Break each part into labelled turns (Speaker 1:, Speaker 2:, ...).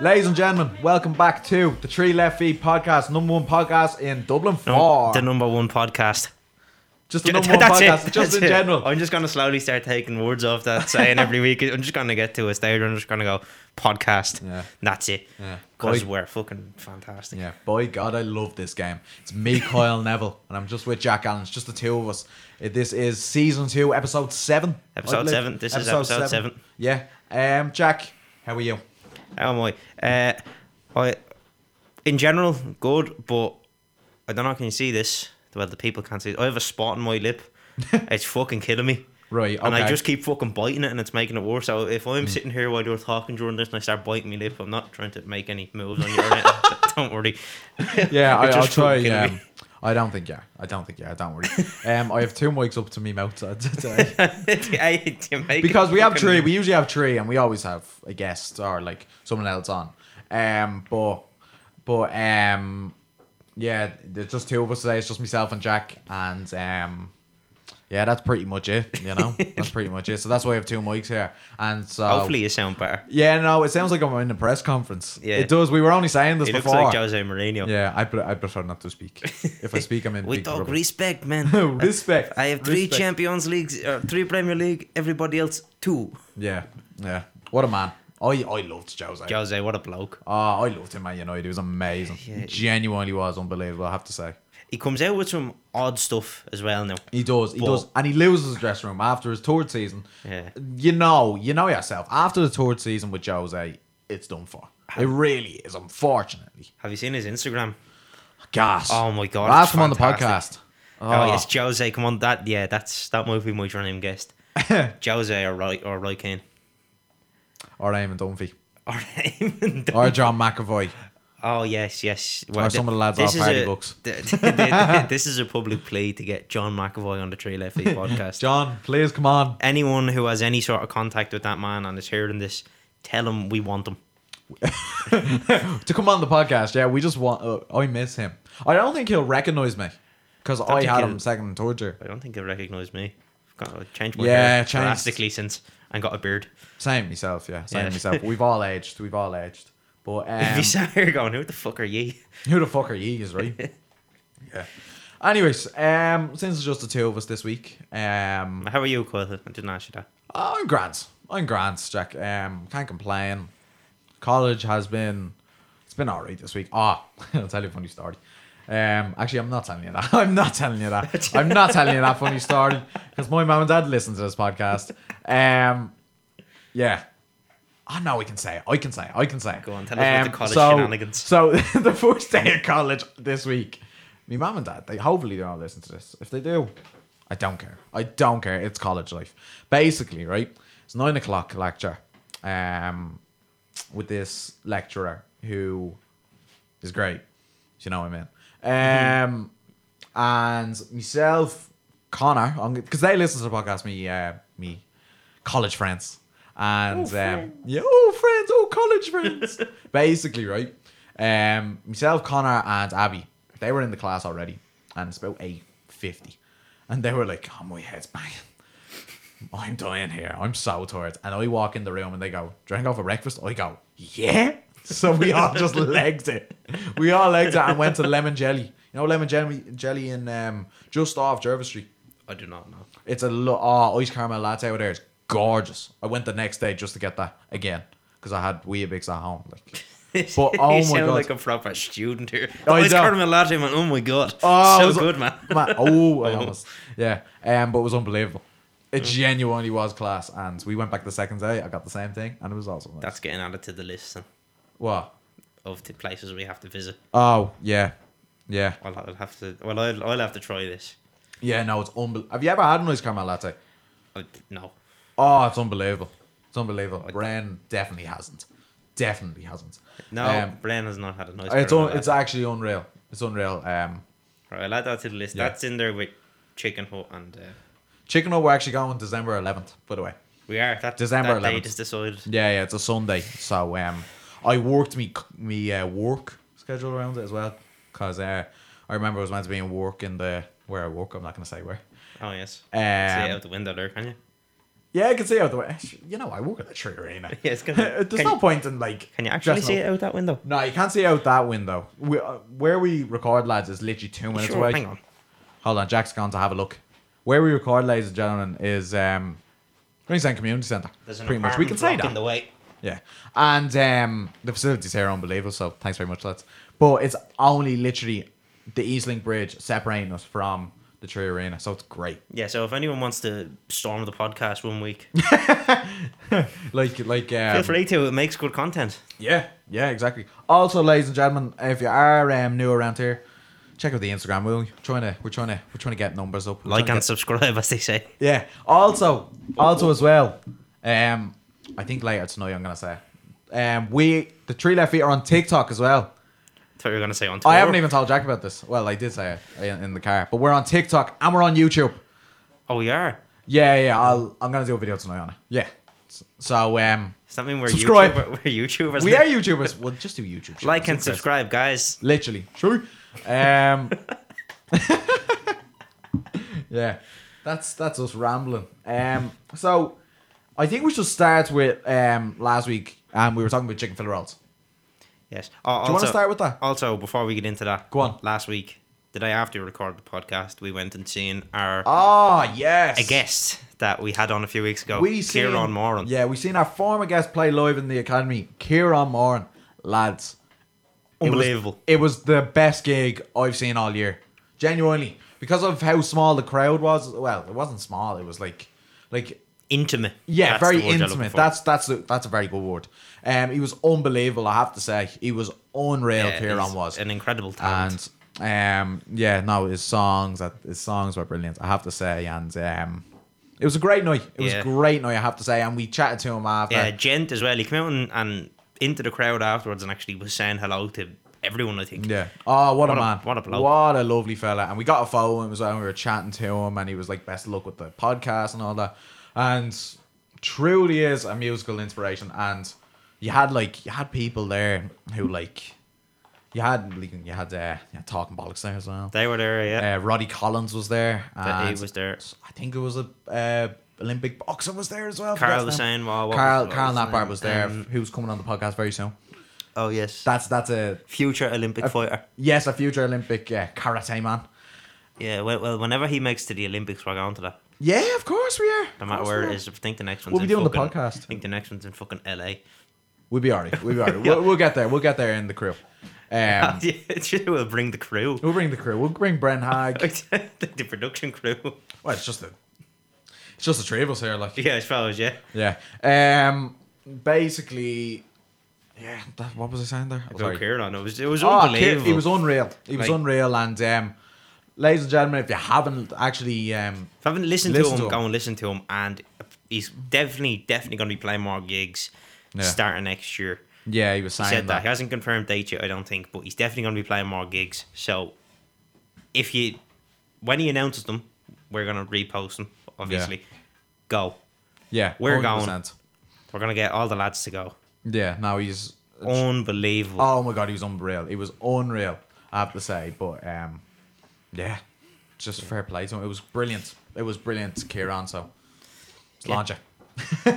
Speaker 1: Ladies and gentlemen, welcome back to the Three Left Feet podcast, number one podcast in Dublin.
Speaker 2: No,
Speaker 1: Four.
Speaker 2: the number one podcast.
Speaker 1: just the number one
Speaker 2: That's it,
Speaker 1: podcast,
Speaker 2: that's
Speaker 1: just in
Speaker 2: it. Oh,
Speaker 1: general.
Speaker 2: I'm just gonna slowly start taking words off that saying every week. I'm just gonna get to a stage. where I'm just gonna go podcast.
Speaker 1: Yeah.
Speaker 2: And that's it.
Speaker 1: Yeah.
Speaker 2: Because
Speaker 1: Boy-
Speaker 2: we're fucking fantastic.
Speaker 1: Yeah, by God, I love this game. It's me, Kyle Neville, and I'm just with Jack Allen. It's just the two of us. Uh, This is season two, episode seven. I
Speaker 2: Episode
Speaker 1: believe.
Speaker 2: seven. This is episode seven.
Speaker 1: Yeah. Um, Jack, how are you?
Speaker 2: How am I? Uh, I, in general, good, but I don't know. Can you see this? Well, the people can't see. It. I have a spot on my lip. it's fucking killing me.
Speaker 1: Right,
Speaker 2: And I
Speaker 1: okay. Mm.
Speaker 2: just keep fucking biting it, and it's making it worse. So if I'm sitting here while you're talking during this, and I start biting my lip, I'm not trying to make any moves on you. or anything. don't worry.
Speaker 1: Yeah, I,
Speaker 2: It's
Speaker 1: I'll
Speaker 2: just
Speaker 1: try.
Speaker 2: fucking
Speaker 1: Um,
Speaker 2: me.
Speaker 1: I don't think yeah. I don't think yeah. Don't worry. Um, I have two mics up to me mouth today
Speaker 2: I- you make
Speaker 1: because
Speaker 2: it
Speaker 1: we have
Speaker 2: fucking-
Speaker 1: three. We usually have three, and we always have a guest or like someone else on. Um, but but um, yeah, there's just two of us today. It's just myself and Jack, and um. Yeah, that's pretty much it. You know, that's pretty much it. So that's why we have two mics here, and so
Speaker 2: Hopefully, you sound better.
Speaker 1: yeah, no, it sounds like I'm in a press conference.
Speaker 2: Yeah.
Speaker 1: it does. We were only saying this
Speaker 2: He looks
Speaker 1: before.
Speaker 2: like Jose Mourinho.
Speaker 1: Yeah, I, pre- I prefer not to speak. If I speak, I'm in
Speaker 2: We
Speaker 1: big
Speaker 2: talk
Speaker 1: trouble.
Speaker 2: respect, man.
Speaker 1: Respect,
Speaker 2: I have three
Speaker 1: respect.
Speaker 2: Champions Leagues, uh, three Premier League. Everybody else two.
Speaker 1: Yeah, yeah. What a man. I, I loved Jose.
Speaker 2: Jose, what a bloke.
Speaker 1: oh, I loved him at United. He was amazing. He
Speaker 2: Yeah.
Speaker 1: genuinely was unbelievable, I have to say.
Speaker 2: He comes out with some odd stuff as well now.
Speaker 1: He does. He
Speaker 2: But-
Speaker 1: does. And he loses his dressing room after his third season.
Speaker 2: Yeah.
Speaker 1: You know, you know yourself. After the third season with Jose, it's done for. It really is, unfortunately.
Speaker 2: Have you seen his Instagram?
Speaker 1: Gosh.
Speaker 2: Oh my God,
Speaker 1: I'll
Speaker 2: it's
Speaker 1: Ask him on the podcast.
Speaker 2: fantastic. Oh,
Speaker 1: Oh.
Speaker 2: yes, Jose. Come on, that yeah, that's that might be my name guest. Jose or Roy or Roy Kane
Speaker 1: Ah, Or Eamon Dunphy.
Speaker 2: or Eamon
Speaker 1: Or John McAvoy.
Speaker 2: Oh yes, yes.
Speaker 1: Or some of the lads off
Speaker 2: is
Speaker 1: Hardy
Speaker 2: a-
Speaker 1: Books.
Speaker 2: th- th- th- th- this is a public plea to get John McAvoy on the Tree Left Feet podcast.
Speaker 1: John, please come on.
Speaker 2: Anyone who has any sort of contact with that man and is hearing this, tell him we want him.
Speaker 1: to come on the podcast. Yeah, we just want. Uh, I miss him. I don't think he'll recognize me because I
Speaker 2: think
Speaker 1: had
Speaker 2: he'll-
Speaker 1: him second and third year.
Speaker 2: I don't think he'll recognise me. I've got to change my
Speaker 1: Yeah,
Speaker 2: hair
Speaker 1: changed.
Speaker 2: drastically since I got a beard.
Speaker 1: Same myself. Yeah, same
Speaker 2: Yeah.
Speaker 1: myself. We've all aged. We've all aged. But
Speaker 2: if you
Speaker 1: um,
Speaker 2: sat here going, who the fuck are ye?
Speaker 1: who the fuck are you? Is right. yeah. Anyways, um, since it's just the two of us this week, um, oh,
Speaker 2: How are you, Quill? I didn't ask you that.
Speaker 1: I'm grand. I'm grand, Jack. Um, can't complain. College has been, it's been alright this week. Ah, I'll tell you a funny story. Um, actually, I'm not telling you that. I'm not telling you that. I'm not telling you that funny story because my mom and dad listen to this podcast. Um, yeah. I know we can say it. I can say it. I can say it. Um,
Speaker 2: Go on, tell us about the college
Speaker 1: so,
Speaker 2: shenanigans.
Speaker 1: So the first day of college this week, my mum and dad, they hopefully they don't listen to this. If they do, I don't care. I don't care. It's college life. Basically, right? It's nine o'clock lecture. Um with this lecturer who is great. if You know what I mean? Um and myself, Connor, because they listen to the podcast, me, uh, me, college friends, and um, yeah, oh friends, oh college friends, basically, right? Um, myself, Connor, and Abby, they were in the class already, and it's about eight fifty, and they were like, "Oh, my head's banging." I'm dying here. I'm so tired. And I walk in the room and they go, drank off a breakfast? I go, yeah. So we all just legged it. We all legged it and went to lemon jelly. You know lemon jelly jelly in um, just off Jervis Street.
Speaker 2: I do not know.
Speaker 1: It's a lo- oh, ice caramel latte over there. It's gorgeous. I went the next day just to get that again because I had Weetabix at home. Like, but oh
Speaker 2: you
Speaker 1: my
Speaker 2: sound
Speaker 1: god,
Speaker 2: like a proper student here.
Speaker 1: Oh,
Speaker 2: Oh,
Speaker 1: you
Speaker 2: it's
Speaker 1: don't.
Speaker 2: caramel latte, man. Oh my god,
Speaker 1: Oh, it
Speaker 2: so
Speaker 1: was-
Speaker 2: good, man.
Speaker 1: Man, oh, I
Speaker 2: Oh. Mm.
Speaker 1: almost. Yeah. Um, but it was unbelievable. It genuinely was class. And we went back the second day. I got the same thing. And it was awesome.
Speaker 2: That's getting added to the list then,
Speaker 1: What?
Speaker 2: of the places we have to visit.
Speaker 1: Oh, yeah. Yeah.
Speaker 2: Well, I'll have to. Well, I'll, I'll have to try this.
Speaker 1: Yeah, no, it's unbelievable. Have you ever had an ice caramel latte?
Speaker 2: I, no,
Speaker 1: Oh, it's unbelievable. It's unbelievable. Bren definitely hasn't. Definitely hasn't.
Speaker 2: no.
Speaker 1: Um,
Speaker 2: Bren has not had a nice.
Speaker 1: it's,
Speaker 2: caramel
Speaker 1: un- it's
Speaker 2: latte.
Speaker 1: actually unreal. It's unreal. Um,
Speaker 2: right, I'll add that to the list.
Speaker 1: Yeah.
Speaker 2: That's in there with chicken hut and. Uh,
Speaker 1: Chicken Hut, we're actually going December 11th, by the way.
Speaker 2: we are that
Speaker 1: December
Speaker 2: that
Speaker 1: 11th.
Speaker 2: date is decided.
Speaker 1: Yeah, yeah, it's a Sunday. So um, I worked me me uh, work schedule around it as well because uh, I remember I was meant to be in work in the where I work. I'm not gonna say where.
Speaker 2: Oh yes. See it
Speaker 1: Um,
Speaker 2: out the window there, can you?
Speaker 1: Yeah, I can see out the way. You know, I work at the tree arena.
Speaker 2: Yeah, it's gonna-
Speaker 1: There's
Speaker 2: can
Speaker 1: no
Speaker 2: you-
Speaker 1: point in like.
Speaker 2: Can you actually
Speaker 1: dressing
Speaker 2: see
Speaker 1: up.
Speaker 2: it out that window?
Speaker 1: No, you can't see out that window. We, uh, where we record, lads, is literally two minutes
Speaker 2: Sure,
Speaker 1: away.
Speaker 2: hang on.
Speaker 1: Hold on, Jack's gone to have a look. Where we record, ladies and gentlemen, is um, Greenstown Community Centre.
Speaker 2: There's an
Speaker 1: Pretty much, we can
Speaker 2: apartment
Speaker 1: say
Speaker 2: block
Speaker 1: that.
Speaker 2: in the way.
Speaker 1: Yeah, and um, the facilities here are unbelievable. So thanks very much, lads. But it's only literally the Eastlink Bridge separating us from the Tree Arena, so it's great.
Speaker 2: Yeah, so if anyone wants to storm the podcast one week,
Speaker 1: Like, like, um,
Speaker 2: feel free to. It makes good content.
Speaker 1: Yeah, yeah, exactly. Also, ladies and gentlemen, if you are um, new around here, check out the Instagram. We're trying to, we're trying to, we're trying to get numbers up. We're
Speaker 2: Like
Speaker 1: trying
Speaker 2: and
Speaker 1: to
Speaker 2: subscribe, as they say.
Speaker 1: get- yeah. Also, also as well. Um, I think later tonight I'm gonna say. Um, we the three left feet are on TikTok as well.
Speaker 2: That's what you were gonna say on. Tour.
Speaker 1: I haven't even told Jack about this. Well, I did say it in, in the car, but we're on TikTok and we're on YouTube.
Speaker 2: Oh, we are.
Speaker 1: Yeah, yeah. I'll, I'm gonna do a video tonight on it. Yeah. So um,
Speaker 2: Does that mean we're
Speaker 1: Subscribe.
Speaker 2: YouTuber, we're YouTubers?
Speaker 1: we
Speaker 2: now?
Speaker 1: are YouTubers. We'll just do YouTube. channels.
Speaker 2: Like
Speaker 1: Who
Speaker 2: and
Speaker 1: cares?
Speaker 2: subscribe, guys.
Speaker 1: Literally. True. Um, yeah, that's that's us rambling. Um, so I think we should start with um, last week, and we were talking about chicken fillet rolls.
Speaker 2: Yes. Oh,
Speaker 1: Do you want
Speaker 2: also-
Speaker 1: to start with that?
Speaker 2: Also, before we get into that,
Speaker 1: Go on.
Speaker 2: Last week, the day after we recorded the podcast, we went and seen our
Speaker 1: Ah, yes.
Speaker 2: a guest that we had on a few weeks ago,
Speaker 1: we seen,
Speaker 2: Kieran Moran.
Speaker 1: Yeah, we seen our former guest play live in the academy, Kieran Moran. Lads, it was-
Speaker 2: unbelievable.
Speaker 1: It was, the best gig I've seen all year, genuinely, because of how small the crowd was. Well, it wasn't small. It was like, like
Speaker 2: intimate.
Speaker 1: Yeah,
Speaker 2: That's the
Speaker 1: very
Speaker 2: word you're looking
Speaker 1: intimate.
Speaker 2: for.
Speaker 1: That's that's a, that's a very good word. Um, he was unbelievable. I have to say, he was unreal.
Speaker 2: Yeah,
Speaker 1: Kieran
Speaker 2: he's
Speaker 1: was,
Speaker 2: an incredible talent.
Speaker 1: and um, yeah, no, his songs, his songs were brilliant. I have to say, and um, it was a great night. It was
Speaker 2: Yeah.
Speaker 1: a great night. I have to say, and we chatted to him after.
Speaker 2: yeah, gent as well. He came out and, and into the crowd afterwards and actually was saying hello to everyone. I think.
Speaker 1: Yeah. Oh, what,
Speaker 2: What
Speaker 1: a
Speaker 2: a-
Speaker 1: man.
Speaker 2: what a bloke.
Speaker 1: What a lovely fella. And we got a phone. It was when we were chatting to him, and he was like, "Best of luck with the podcast and all that." And truly is a musical inspiration. And you had like you had people there who like you had like, you had uh, you had talking bollocks there as well.
Speaker 2: They were there. Yeah.
Speaker 1: Uh, Roddy Collins was there.
Speaker 2: That he
Speaker 1: and
Speaker 2: was there.
Speaker 1: I think it was a uh, Olympic boxer was there as well. I forgot
Speaker 2: Carl
Speaker 1: his
Speaker 2: was
Speaker 1: name.
Speaker 2: saying, well, what
Speaker 1: Carl
Speaker 2: was, what
Speaker 1: Carl
Speaker 2: his
Speaker 1: Nappar
Speaker 2: name?
Speaker 1: was there.
Speaker 2: Um,
Speaker 1: who's coming on the podcast very soon?
Speaker 2: oh yes,
Speaker 1: That's that's a
Speaker 2: future Olympic fighter.
Speaker 1: Yes, a future Olympic uh, karate man.
Speaker 2: Yeah. Well, well, whenever he makes to the Olympics, we're going to that.
Speaker 1: Yeah, of course we are.
Speaker 2: No
Speaker 1: Of
Speaker 2: matter
Speaker 1: course
Speaker 2: where
Speaker 1: we
Speaker 2: it
Speaker 1: are.
Speaker 2: is, I think the next one's
Speaker 1: We'll be
Speaker 2: in
Speaker 1: doing the
Speaker 2: fucking,
Speaker 1: podcast.
Speaker 2: I think the next one's in fucking LA.
Speaker 1: We'll be alright. We'll be alright. we'll, we'll get there. We'll get there in the crew. Um,
Speaker 2: we'll bring the crew.
Speaker 1: we'll bring the crew. We'll bring Bren Hag.
Speaker 2: the, the production crew.
Speaker 1: Well, it's just the it's just the three of us here, like
Speaker 2: Yeah, I suppose, yeah.
Speaker 1: yeah. Um, basically, yeah. That, what was I saying there? I was
Speaker 2: Go
Speaker 1: like-
Speaker 2: Kieran. It was, it was
Speaker 1: Oh, Kieran,
Speaker 2: unbelievable.
Speaker 1: he was unreal. He was
Speaker 2: Like-
Speaker 1: unreal. And um, ladies and gentlemen, if you haven't actually, um,
Speaker 2: If I haven't listened
Speaker 1: Listen
Speaker 2: to, him,
Speaker 1: to him.
Speaker 2: go and listen to him. And he's definitely, definitely going to be playing more gigs
Speaker 1: Yeah.
Speaker 2: starting next year.
Speaker 1: yeah, he was
Speaker 2: He
Speaker 1: saying
Speaker 2: said that.
Speaker 1: that.
Speaker 2: He hasn't confirmed date yet, I don't think, but he's definitely going to be playing more gigs. So if you, when he announces them, we're going to repost them, obviously. Go.
Speaker 1: Yeah,
Speaker 2: We're going.
Speaker 1: 100%.
Speaker 2: We're going to get all the lads to go.
Speaker 1: Yeah, now he's
Speaker 2: Unbelievable.
Speaker 1: Oh my god, he was unreal. He was unreal, I have to say. But um, yeah, just fair play to him. It was brilliant. It was brilliant, Kieran. So,
Speaker 2: Yeah.
Speaker 1: Sláinte.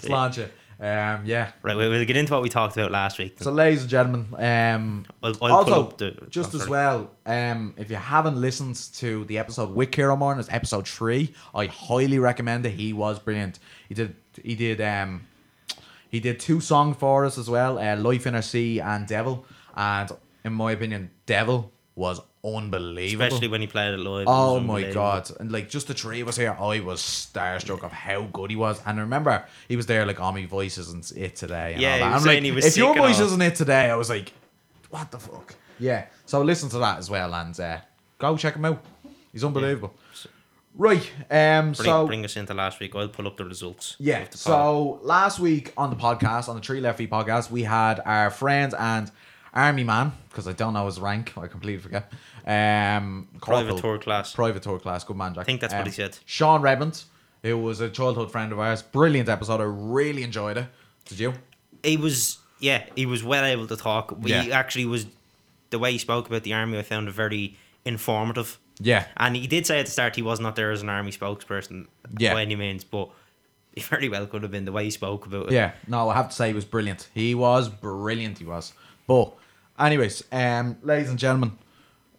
Speaker 1: Sláinte. Um, yeah.
Speaker 2: Right, we- we'll get into what we talked about last week.
Speaker 1: So, ladies and gentlemen, um,
Speaker 2: I'll, I'll pull
Speaker 1: also
Speaker 2: up the,
Speaker 1: just
Speaker 2: oh,
Speaker 1: as
Speaker 2: sorry.
Speaker 1: well, um, if you haven't listened to the episode with Kieran Moran, it's episode three. I highly recommend it. He was brilliant. He did. He did. Um, he did two songs for us as well, uh, "Life in Our Sea" and "Devil." And in my opinion, "Devil" was unbelievable.
Speaker 2: especially when he played it live. it
Speaker 1: Oh
Speaker 2: was
Speaker 1: my
Speaker 2: unbelievable.
Speaker 1: god! And like just the three of us here, I was starstruck of how good he was. And I remember, he was there like, "Oh, my voice isn't it today." And
Speaker 2: Yeah,
Speaker 1: all
Speaker 2: he
Speaker 1: that.
Speaker 2: was
Speaker 1: I'm
Speaker 2: saying
Speaker 1: like,
Speaker 2: he was
Speaker 1: if your
Speaker 2: sick and
Speaker 1: voice
Speaker 2: all."
Speaker 1: isn't it today, I was like, "What the fuck?" Yeah. So listen to that as well, and uh, go check him out. He's unbelievable. Right. Um.
Speaker 2: Bring,
Speaker 1: so
Speaker 2: bring us into last week. I'll pull up the results.
Speaker 1: yeah.
Speaker 2: of the
Speaker 1: So
Speaker 2: poll.
Speaker 1: last week on the podcast, on the Tree Left Feet podcast, we had our friend and army man because I don't know his rank. I completely forget. Um,
Speaker 2: private
Speaker 1: Corporal-
Speaker 2: tour class.
Speaker 1: private tour class. Good man, Jack. I
Speaker 2: think that's what he said.
Speaker 1: Sean Redmond, who was a childhood friend of ours. Brilliant episode. I really enjoyed it. Did you?
Speaker 2: he was yeah, he was well able to talk. We
Speaker 1: Yeah.
Speaker 2: actually was the way he spoke about the army. I found it very informative.
Speaker 1: Yeah.
Speaker 2: And he did say at the start he was not there as an army spokesperson
Speaker 1: Yeah.
Speaker 2: by any means, but He very well could have been the way he spoke about it.
Speaker 1: Yeah, no, I have to say he was brilliant. He was brilliant. He was. But, anyways, um, ladies and gentlemen,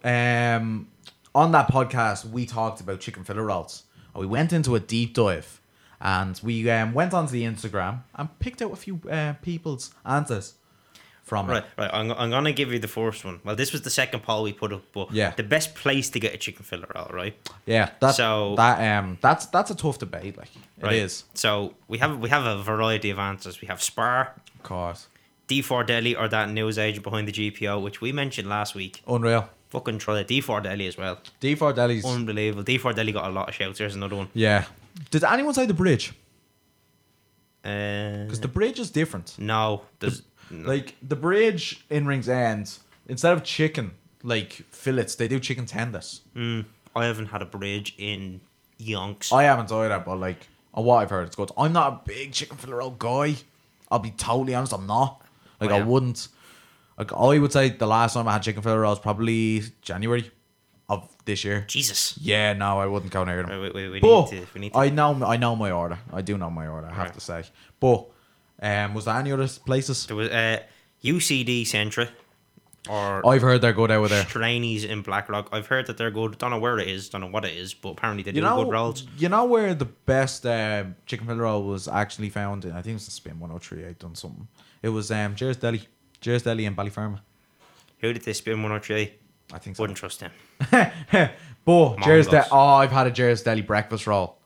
Speaker 1: um, on that podcast we talked about chicken fillet rolls. And we went into a deep dive, and we um, went onto the Instagram and picked out a few uh, people's answers from
Speaker 2: Right,
Speaker 1: it.
Speaker 2: right. I'm, I'm gonna give you the first one. Well, this was the second poll we put up, but
Speaker 1: Yeah.
Speaker 2: the best place to get a chicken fillet roll, right?
Speaker 1: Yeah, that,
Speaker 2: So-
Speaker 1: that um, that's that's a tough debate. Like
Speaker 2: right?
Speaker 1: it is,
Speaker 2: So we have we have a variety of answers. We have Spar,
Speaker 1: of course,
Speaker 2: D4 Deli, or that news agent behind the GPO, which we mentioned last week.
Speaker 1: unreal.
Speaker 2: Fucking try it. D4 Deli as well.
Speaker 1: D4 delis.
Speaker 2: Unbelievable. D4 Deli got a lot of shouts. There's another one.
Speaker 1: yeah. Did anyone say the bridge?
Speaker 2: Uh,
Speaker 1: Because the bridge is different.
Speaker 2: no, there's no.
Speaker 1: Like the bridge in Rings End, instead of chicken like fillets, they do chicken tenders.
Speaker 2: Mm, I haven't had a bridge in yonks.
Speaker 1: I haven't tried that, but like on what I've heard, it's good. I'm not a big chicken fillet roll guy. I'll be totally honest, I'm not. Like
Speaker 2: I
Speaker 1: I
Speaker 2: am.
Speaker 1: wouldn't. Like I would say the last time I had chicken fillet rolls probably January of this year.
Speaker 2: Jesus.
Speaker 1: Yeah, no, I wouldn't go near them.
Speaker 2: Right, we, we, we need
Speaker 1: But
Speaker 2: to. We need to.
Speaker 1: I know, I know my order. I do know my order. I have
Speaker 2: Right.
Speaker 1: to say. But um, was there any other places?
Speaker 2: there was uh, UCD Centra, or
Speaker 1: I've heard they're good out of there.
Speaker 2: Trainees in Blackrock. I've heard that they're good. Don't know where it is. Don't know what it is, but apparently they
Speaker 1: You
Speaker 2: do
Speaker 1: know,
Speaker 2: good rolls.
Speaker 1: you know where the best uh, chicken fillet roll was actually found in? I think it was the Spin 1038 done something. It was um, Jer's Deli. Jer's Deli in Ballyferma.
Speaker 2: Who did they spin one or three?
Speaker 1: I think so.
Speaker 2: Wouldn't trust him.
Speaker 1: but Jer's Deli.
Speaker 2: Marvellous.
Speaker 1: Oh, I've had a Jer's Deli breakfast roll.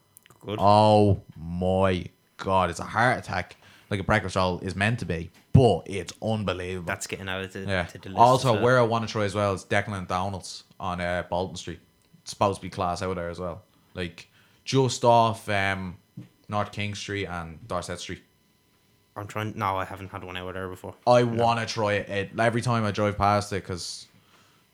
Speaker 2: Good.
Speaker 1: Oh my God. It's a heart attack. Like a breakfast roll is meant to be, but it's unbelievable.
Speaker 2: That's getting out to,
Speaker 1: Yeah.
Speaker 2: to the list.
Speaker 1: also,
Speaker 2: as well.
Speaker 1: where I want to try as well is Declan Donalds on uh, Bolton Street. It's supposed to be class out there as well. Like just off um, North King Street and Dorset Street.
Speaker 2: I'm trying. No, I haven't had one out there before.
Speaker 1: I want to try it, it every time I drive past it because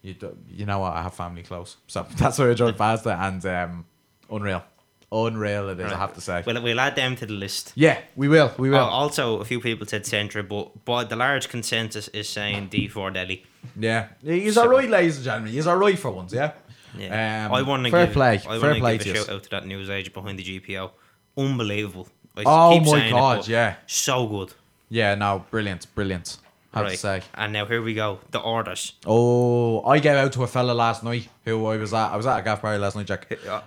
Speaker 1: you do, you know what I have family close, so that's why I drive past it and um, unreal, unreal it is. I
Speaker 2: Right.
Speaker 1: have to say.
Speaker 2: Well, we'll add them to the list.
Speaker 1: yeah, we will, we will.
Speaker 2: Oh, also, a few people said Centra, but but the large consensus is saying D4 Delhi.
Speaker 1: Yeah, he's all right, ladies and gentlemen. He's all right for once. Yeah.
Speaker 2: Yeah.
Speaker 1: Um,
Speaker 2: I want to
Speaker 1: fair
Speaker 2: give,
Speaker 1: play.
Speaker 2: I
Speaker 1: fair
Speaker 2: wanna
Speaker 1: play
Speaker 2: give
Speaker 1: to
Speaker 2: a
Speaker 1: you.
Speaker 2: shout out to that news agent behind the GPO. Unbelievable. I
Speaker 1: Oh
Speaker 2: keep
Speaker 1: my
Speaker 2: saying it,
Speaker 1: God,
Speaker 2: but
Speaker 1: yeah.
Speaker 2: So good.
Speaker 1: Yeah, no, brilliant, brilliant. Have
Speaker 2: right.
Speaker 1: to say.
Speaker 2: And now here we go. The orders.
Speaker 1: Oh, I gave out to a fella last night who I was at. I was at a gaff party last night, Jack.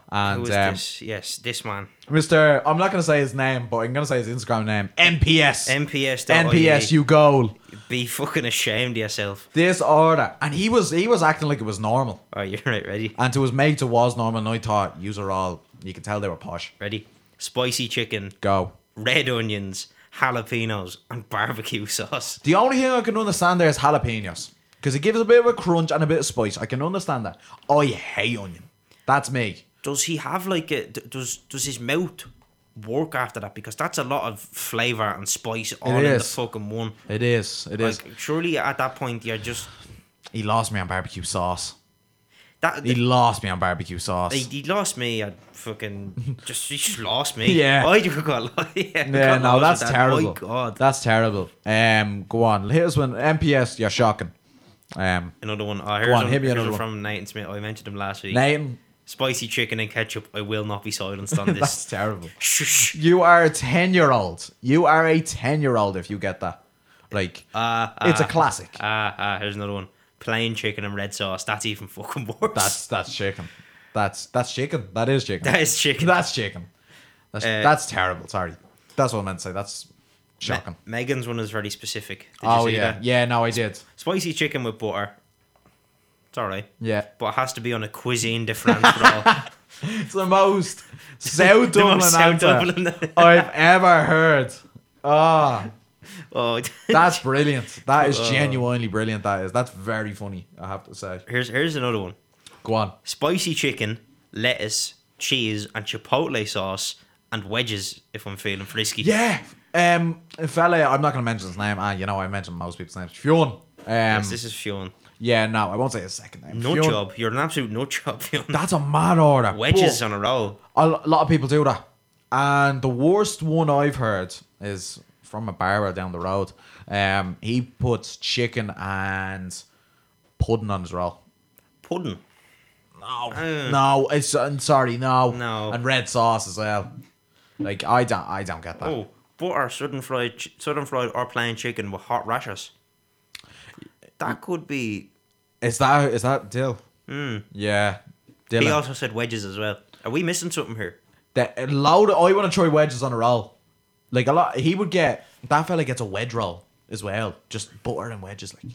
Speaker 1: And
Speaker 2: Who is
Speaker 1: um,
Speaker 2: this? Yes, this man.
Speaker 1: Mr. I'm not going to say his name, but I'm going to say his Instagram name. NPS.
Speaker 2: NPS.
Speaker 1: NPS, you goal.
Speaker 2: Be fucking ashamed of yourself.
Speaker 1: This order. And he was he was acting like it was normal.
Speaker 2: Oh, you're right. Ready?
Speaker 1: And to his mate, it was normal. And I thought, yous are all, you can tell they were posh.
Speaker 2: Ready? Spicy chicken,
Speaker 1: Go.
Speaker 2: red onions, jalapenos, and barbecue sauce.
Speaker 1: The only thing I can understand there is jalapenos. Because it gives a bit of a crunch and a bit of spice. I can understand that. I hate onion. That's me.
Speaker 2: Does he have like a? d- Does does his mouth work after that? Because that's a lot of flavor and spice all in the
Speaker 1: is.
Speaker 2: fucking one.
Speaker 1: It is. It is.
Speaker 2: Like surely at that point you're just
Speaker 1: He lost me on barbecue sauce.
Speaker 2: that.
Speaker 1: He lost me on barbecue sauce.
Speaker 2: he, he lost me. I fucking just he just lost me.
Speaker 1: Yeah.
Speaker 2: I just got lost. Yeah,
Speaker 1: yeah,
Speaker 2: got
Speaker 1: no, that's
Speaker 2: lost with that.
Speaker 1: terrible.
Speaker 2: My God,
Speaker 1: That's terrible. Um, go on. Here's one. MPS, you're shocking. Um,
Speaker 2: another one. Oh, here's one,
Speaker 1: on, hit me
Speaker 2: here's
Speaker 1: another
Speaker 2: one
Speaker 1: one.
Speaker 2: from Nathan Smith. I mentioned him last week.
Speaker 1: Nathan,
Speaker 2: Spicy chicken and ketchup. I will not be silenced on
Speaker 1: that's
Speaker 2: this.
Speaker 1: terrible.
Speaker 2: Shush.
Speaker 1: You are a ten-year-old. You are a ten-year-old if you get that. Like,
Speaker 2: Uh,
Speaker 1: it's a
Speaker 2: uh,
Speaker 1: classic.
Speaker 2: Ah, ah, here's another one. Plain chicken and red sauce. That's even fucking worse.
Speaker 1: That's that's chicken. That's that's chicken. That is chicken.
Speaker 2: that is chicken.
Speaker 1: That's chicken. That's
Speaker 2: Uh,
Speaker 1: that's terrible. Sorry, that's what I meant to say. That's
Speaker 2: Me-
Speaker 1: shocking.
Speaker 2: Megan's one is very specific. Did you
Speaker 1: oh
Speaker 2: see
Speaker 1: yeah,
Speaker 2: that?
Speaker 1: yeah. No, I did.
Speaker 2: Spicy chicken with butter. It's alright.
Speaker 1: Yeah,
Speaker 2: But it has to be on a cuisine de France roll.
Speaker 1: it's the most South
Speaker 2: The
Speaker 1: Dublin
Speaker 2: most South
Speaker 1: answer
Speaker 2: Dublin-
Speaker 1: I've ever heard. Ah.
Speaker 2: oh,
Speaker 1: That's brilliant. That is genuinely brilliant. That is. That's very funny. I have to say.
Speaker 2: here's here's another one.
Speaker 1: Go on.
Speaker 2: Spicy chicken, lettuce, cheese, and chipotle sauce, and wedges. If I'm feeling frisky.
Speaker 1: Yeah. Um, a fella. I'm not gonna mention his name. Ah, you know I mentioned most people's names. Fionn. Um,
Speaker 2: Yes, this is Fionn.
Speaker 1: yeah. No, I won't say his second name.
Speaker 2: No
Speaker 1: Fionn.
Speaker 2: job. You're an absolute no job, Fionn.
Speaker 1: That's a mad order.
Speaker 2: Wedges
Speaker 1: But
Speaker 2: on a roll.
Speaker 1: A lo- lot of people do that. And the worst one I've heard is from a barber down the road. Um, he puts chicken and pudding on his roll.
Speaker 2: Pudding.
Speaker 1: No, no, it's I'm sorry, no,
Speaker 2: Mm. No.
Speaker 1: and red sauce as well. Like I don't, I don't get that.
Speaker 2: Oh, butter, southern fried, ch- southern fried, or plain chicken with hot rashers. That could be.
Speaker 1: Is that is that dill? Mm. Yeah, dill.
Speaker 2: He
Speaker 1: and-
Speaker 2: also said wedges as well. Are we missing something here?
Speaker 1: That a load. Of, I want to try wedges on a roll. Like a lot, he would get that fella gets a wedge roll as well, just butter and wedges. Like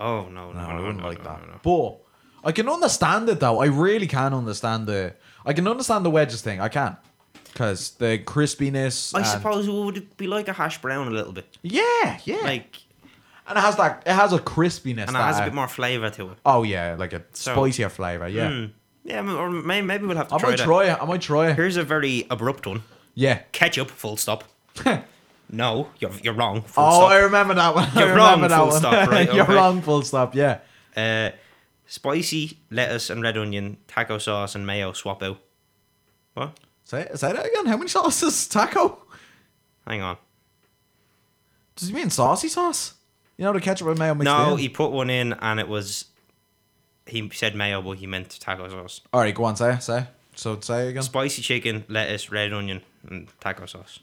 Speaker 2: Oh no, no,
Speaker 1: no,
Speaker 2: no,
Speaker 1: I wouldn't
Speaker 2: no,
Speaker 1: like
Speaker 2: no,
Speaker 1: that.
Speaker 2: no, no.
Speaker 1: But I can understand it though. I really can understand the. I can understand the wedges thing. I can, because the crispiness.
Speaker 2: I
Speaker 1: and-
Speaker 2: suppose it would be like a hash brown a little bit,
Speaker 1: Yeah, yeah.
Speaker 2: like,
Speaker 1: and it has that. It has a crispiness.
Speaker 2: and it
Speaker 1: that
Speaker 2: has a
Speaker 1: I-
Speaker 2: bit more flavour to it.
Speaker 1: Oh yeah, like a
Speaker 2: So-
Speaker 1: spicier flavor. Yeah,
Speaker 2: Hmm. Yeah, m- or may- maybe we'll have to
Speaker 1: I
Speaker 2: try
Speaker 1: might
Speaker 2: that.
Speaker 1: try it. I might try it.
Speaker 2: Here's a very abrupt one:
Speaker 1: Yeah.
Speaker 2: ketchup. Full stop. No, you're you're wrong. Full
Speaker 1: Oh, I
Speaker 2: stop.
Speaker 1: remember that one. I
Speaker 2: You're
Speaker 1: remember
Speaker 2: wrong,
Speaker 1: that
Speaker 2: full
Speaker 1: one.
Speaker 2: stop, right,
Speaker 1: You're
Speaker 2: okay.
Speaker 1: wrong. Full stop. Yeah.
Speaker 2: Uh, spicy lettuce and red onion, taco sauce and mayo swap out. What?
Speaker 1: Say say that again. How many sauces taco?
Speaker 2: Hang on.
Speaker 1: Does he mean saucy sauce? You know the ketchup with mayo mixed
Speaker 2: no,
Speaker 1: in.
Speaker 2: he put one in and it was. He said mayo, but he meant taco sauce.
Speaker 1: All right, go on. Say it, say. it. So say it again.
Speaker 2: Spicy chicken, lettuce, red onion, and taco sauce.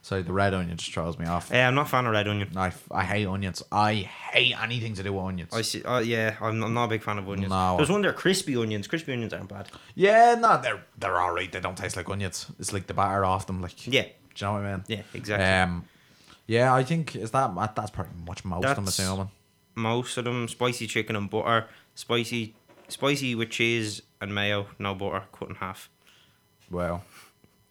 Speaker 1: Sorry, the red onion just throws me off.
Speaker 2: Yeah, I'm not a fan of red onion.
Speaker 1: I, I hate onions. I hate anything to do with onions.
Speaker 2: I see. Uh, yeah, I'm, I'm not a big fan of onions.
Speaker 1: No.
Speaker 2: There's one there, crispy onions. Crispy onions aren't bad.
Speaker 1: yeah, no, they're they're all right. They don't taste like onions. It's like the batter off them. Like
Speaker 2: Yeah.
Speaker 1: do you know what I mean?
Speaker 2: Yeah, exactly.
Speaker 1: Um, yeah, I think is that that- that's pretty much most of them
Speaker 2: That's-
Speaker 1: assuming.
Speaker 2: Most of them, spicy chicken and butter, spicy, spicy with cheese and mayo, no butter, cut in half.
Speaker 1: Well,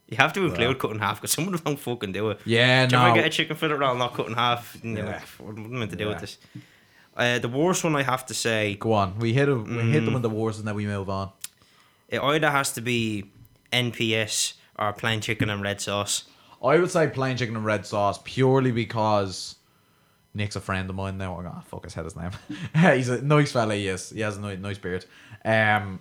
Speaker 2: You have to include cut in half because some of them don't fucking do it.
Speaker 1: yeah,
Speaker 2: Do you ever
Speaker 1: no,
Speaker 2: get a chicken fillet roll not cut in half? And you're
Speaker 1: Yeah.
Speaker 2: like, what am I meant to do
Speaker 1: Yeah.
Speaker 2: with this? Uh, the worst one I have to say,
Speaker 1: go on. We hit 'em- we
Speaker 2: Mm.
Speaker 1: hit them in the wars and then we move on.
Speaker 2: it either has to be NPS or plain chicken and red sauce.
Speaker 1: I would say plain chicken and red sauce purely because Nick's a friend of mine now. I'm gonna fuck his head his name. He's a nice fella, he is. He has a nice, nice beard. Um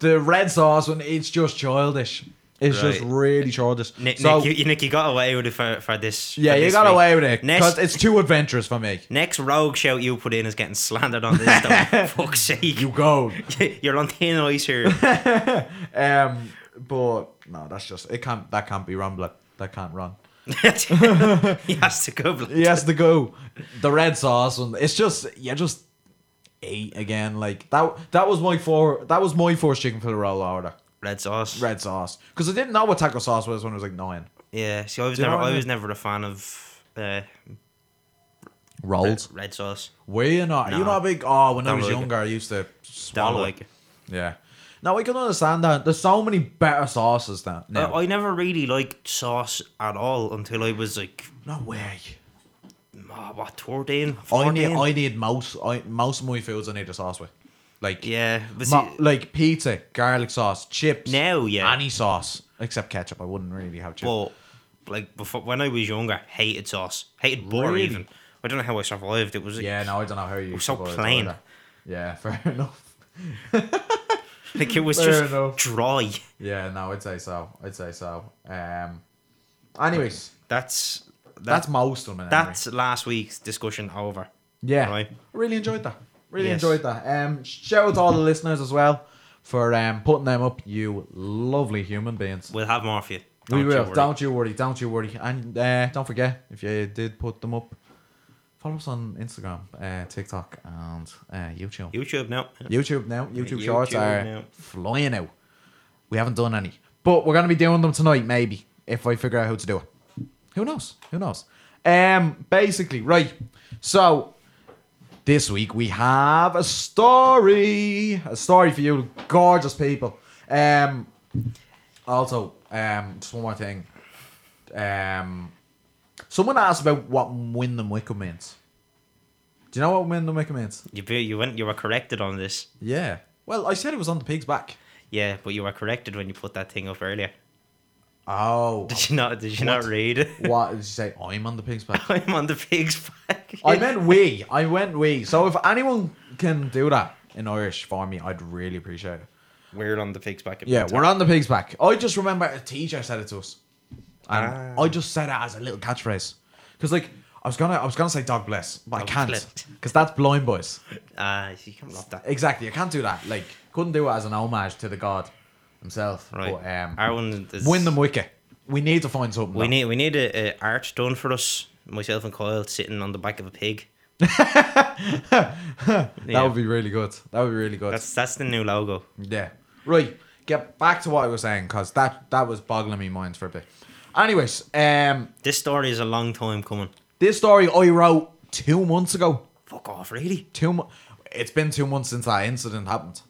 Speaker 1: the red sauce one it's just childish. It's just
Speaker 2: Right.
Speaker 1: really childish.
Speaker 2: Nick,
Speaker 1: so,
Speaker 2: Nick, you, you- Nick, you got away with it for, for this. for
Speaker 1: yeah, you
Speaker 2: this
Speaker 1: got
Speaker 2: week.
Speaker 1: away with it.
Speaker 2: Next-
Speaker 1: Because it's too adventurous for me.
Speaker 2: Next rogue shout you put in is getting slandered on this. though. Fuck's sake.
Speaker 1: You go.
Speaker 2: You're on thin ice here.
Speaker 1: Um but no, that's just it can't that can't be rumbling. That can't run.
Speaker 2: he has to go. blood.
Speaker 1: He has to go. The red sauce and it's just yeah, just eight again. Like that that was my four that was my first chicken fillet roll order.
Speaker 2: Red sauce.
Speaker 1: Red sauce. Because I didn't know what taco sauce was when I was like nine.
Speaker 2: Yeah. See, I was
Speaker 1: Do you know
Speaker 2: never,
Speaker 1: what I
Speaker 2: I was
Speaker 1: mean?
Speaker 2: never a fan of uh,
Speaker 1: Rolls.
Speaker 2: red sauce.
Speaker 1: Were you not?
Speaker 2: No.
Speaker 1: You're not big oh when I
Speaker 2: Don't
Speaker 1: was
Speaker 2: like it.
Speaker 1: younger I used to
Speaker 2: Don't
Speaker 1: swallow
Speaker 2: like
Speaker 1: it.
Speaker 2: it.
Speaker 1: Yeah. Now I can understand that. There's so many better sauces than
Speaker 2: Uh,
Speaker 1: now.
Speaker 2: I never really liked sauce at all until I was like,
Speaker 1: no way.
Speaker 2: oh, what, 13?
Speaker 1: I
Speaker 2: 14?
Speaker 1: need I need most I most of my foods I need a sauce with. Like
Speaker 2: yeah. But see,
Speaker 1: Ma- like pizza, garlic sauce, chips.
Speaker 2: Now, yeah.
Speaker 1: Any sauce except ketchup. I wouldn't really have chips.
Speaker 2: but like before, when I was younger, hated sauce. Hated butter
Speaker 1: Really?
Speaker 2: even. I don't know how I survived. It was like, oh,
Speaker 1: yeah, no, I don't know how you.
Speaker 2: so
Speaker 1: survive
Speaker 2: plain.
Speaker 1: either. Yeah, fair enough.
Speaker 2: like it was
Speaker 1: Fair
Speaker 2: just
Speaker 1: enough.
Speaker 2: dry.
Speaker 1: Yeah, no, I'd say so. I'd say so. Um. Anyways,
Speaker 2: That's
Speaker 1: that's,
Speaker 2: that's
Speaker 1: most of them. anyway.
Speaker 2: that's last week's discussion over.
Speaker 1: yeah.
Speaker 2: right.
Speaker 1: Really enjoyed that. Really
Speaker 2: Yes.
Speaker 1: enjoyed that. Um, shout out to all the listeners as well for um putting them up. You lovely human beings.
Speaker 2: We'll have more for you.
Speaker 1: we
Speaker 2: Don't you
Speaker 1: will.
Speaker 2: worry.
Speaker 1: Don't you worry. Don't you worry. And uh, don't forget, if you did put them up, follow us on Instagram, uh, TikTok, and uh, YouTube.
Speaker 2: YouTube now.
Speaker 1: YouTube now. YouTube,
Speaker 2: YouTube
Speaker 1: shorts are
Speaker 2: now.
Speaker 1: flying out. We haven't done any, but we're gonna be doing them tonight, maybe if I figure out how to do it. Who knows? Who knows? Um, basically, right. So this week we have a story, a story for you, gorgeous people. Um, also, um, just one more thing. Um, someone asked about what Wyndham Wickham means. Do you know what Wyndham Wickham means?
Speaker 2: You be- you went you were corrected on this.
Speaker 1: Yeah. Well, I said it was on the pig's back.
Speaker 2: Yeah, but you were corrected when you put that thing up earlier.
Speaker 1: Oh.
Speaker 2: Did you not? Did you not
Speaker 1: What?
Speaker 2: read? it?
Speaker 1: what did you say? I'm on the pig's back.
Speaker 2: I'm on the pig's back.
Speaker 1: I meant we. I went we. So if anyone can do that in Irish for me, I'd really appreciate it.
Speaker 2: we're on the pig's back.
Speaker 1: Yeah, we're on the pig's back. I just remember a teacher said it to us, and
Speaker 2: Ah.
Speaker 1: I just said it as a little catchphrase, because like I was gonna, I was gonna say dog bless, but I
Speaker 2: Dog
Speaker 1: can't,
Speaker 2: bless.
Speaker 1: because that's blind boys.
Speaker 2: Ah, you can love that.
Speaker 1: Exactly, I can't do that. Like couldn't do it as an homage to the god himself.
Speaker 2: Right.
Speaker 1: But um,
Speaker 2: Our one is
Speaker 1: win them wicket. we need to find something.
Speaker 2: We
Speaker 1: though.
Speaker 2: need we need a, a art done for us. Myself and Kyle sitting on the back of a pig.
Speaker 1: that would be really good. That would be really good.
Speaker 2: That's that's the new logo.
Speaker 1: Yeah. Right. Get back to what I was saying because that that was boggling me mind for a bit. Anyways, um,
Speaker 2: This story is a long time coming.
Speaker 1: this story I wrote two months ago.
Speaker 2: Fuck off, Oh, really?
Speaker 1: Two. Mo- it's been two months since that incident happened.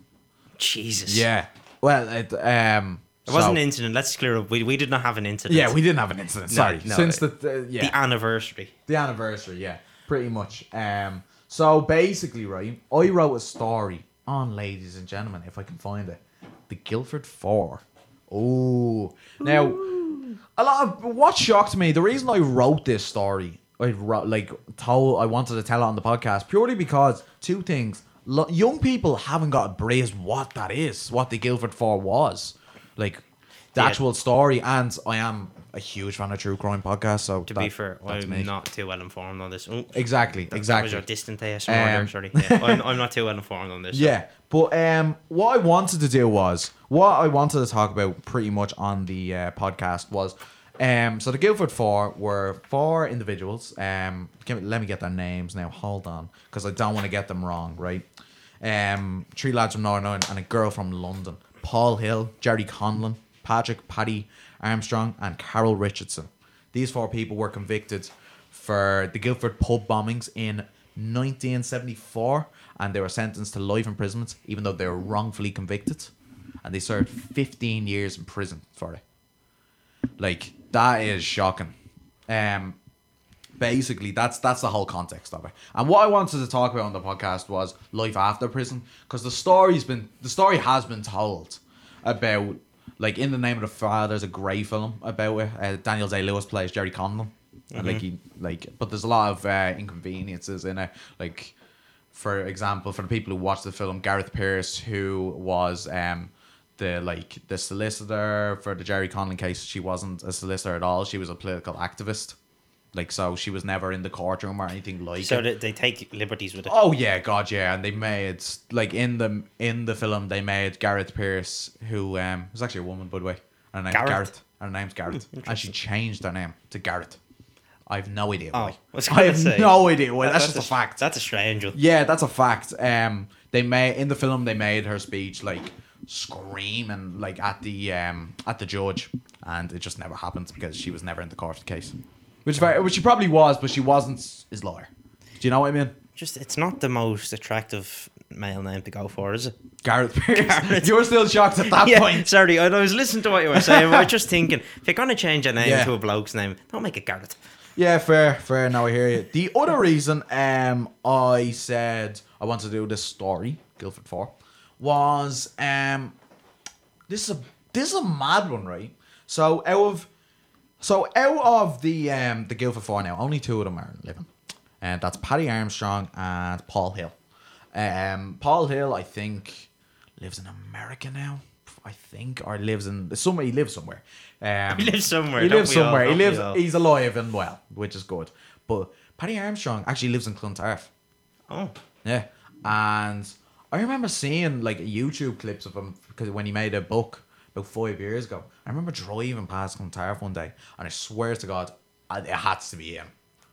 Speaker 2: Jesus.
Speaker 1: Yeah. Well, it um.
Speaker 2: It
Speaker 1: so-
Speaker 2: wasn't an incident. Let's clear up. We, we did not have an incident.
Speaker 1: Yeah, we didn't have an incident.
Speaker 2: No,
Speaker 1: Sorry.
Speaker 2: no,
Speaker 1: Since
Speaker 2: it-
Speaker 1: the uh, yeah
Speaker 2: the anniversary.
Speaker 1: The anniversary, yeah, pretty much. Um, so basically, right, I wrote a story on, ladies and gentlemen, if I can find it, the Guildford Four. Oh, now a lot of what shocked me. The reason I wrote this story, I wrote, like told, I wanted to tell it on the podcast purely because two things: Lo- young people haven't got a brace what that is, what the Guildford Four was, like the
Speaker 2: Yeah.
Speaker 1: actual story. And I am a huge fan of true crime podcasts, so
Speaker 2: To
Speaker 1: that-
Speaker 2: be fair,
Speaker 1: that's
Speaker 2: I'm
Speaker 1: me.
Speaker 2: not too well informed on this. Oh,
Speaker 1: Exactly,
Speaker 2: That was
Speaker 1: exactly.
Speaker 2: your distant ASMR. there,
Speaker 1: Um,
Speaker 2: sorry. Yeah, I'm, I'm not too well informed on this.
Speaker 1: Yeah, but um, what I wanted to do was what I wanted to talk about pretty much on the uh, podcast was um, so the Guildford Four were four individuals. Um, can, let me get their names now. Hold on, because I don't want to get them wrong. Right, um, three lads from Northern Ireland and a girl from London. Paul Hill, Jerry Conlon, Patrick Paddy Armstrong, and Carol Richardson. These four people were convicted for the Guildford pub bombings in 1974, and they were sentenced to life imprisonment, even though they were wrongfully convicted, and they served 15 years in prison for it. Like that is shocking. Um, basically that's that's the whole context of it. And what I wanted to talk about on the podcast was life after prison because the story's been the story has been told about like in the name of the father. There's a great film about it. Uh, Daniel Day Lewis plays Jerry Conlon, and like he like, but there's a lot of uh, inconveniences in it. Like for example, for the people who watched the film, Gareth Pierce, who was um, the like the solicitor for the Jerry Conlon case, she wasn't a solicitor at all. She was a political activist. Like so, she was never in the courtroom or anything like
Speaker 2: So
Speaker 1: it.
Speaker 2: that they take liberties with it.
Speaker 1: Oh yeah, God yeah, and they made like in the in the film they made Gareth Pierce, who um was actually a woman by the way. Her name's
Speaker 2: Garrett.
Speaker 1: Gareth. Her name's Gareth,
Speaker 2: Hmm,
Speaker 1: and she changed her name to Garrett. I have no idea
Speaker 2: Oh,
Speaker 1: why.
Speaker 2: I was
Speaker 1: I
Speaker 2: gonna
Speaker 1: have
Speaker 2: say,
Speaker 1: no idea why.
Speaker 2: that-
Speaker 1: that's, just a,
Speaker 2: s-
Speaker 1: fact.
Speaker 2: That's a strange one.
Speaker 1: Yeah, that's a fact. Um, they made in the film they made her speech like screaming like at the um at the judge, and it just never happened because she was never in the court case, which is very, which she probably was, but she wasn't his lawyer. Do you know what I mean?
Speaker 2: Just it's not the most attractive male name to go for, is it?
Speaker 1: Gareth Pierce, you're still shocked at that
Speaker 2: yeah,
Speaker 1: point.
Speaker 2: sorry. I I was listening to what you were saying. I was just thinking, if you're gonna change a name
Speaker 1: Yeah.
Speaker 2: to a bloke's name, don't make it Garrett.
Speaker 1: Yeah, fair, fair. Now I hear you. The other reason um I said I want to do this story Guildford Four was um this is a this is a mad one, right? So out of so out of the um the Guildford Four now, only two of them are living, and that's Paddy Armstrong and Paul Hill. Um, Paul Hill, I think, lives in America now. I think, or lives in somewhere. He lives somewhere. Um,
Speaker 2: He lives somewhere,
Speaker 1: He
Speaker 2: don't
Speaker 1: lives
Speaker 2: we all,
Speaker 1: somewhere. he
Speaker 2: don't we
Speaker 1: lives.
Speaker 2: all?
Speaker 1: He's alive and well, which is good. But Paddy Armstrong actually lives in Clontarf.
Speaker 2: Oh,
Speaker 1: Yeah. And I remember seeing like YouTube clips of him because when he made a book about five years ago, I remember driving past Clontarf one day, and I swear to God, I- it has to be him.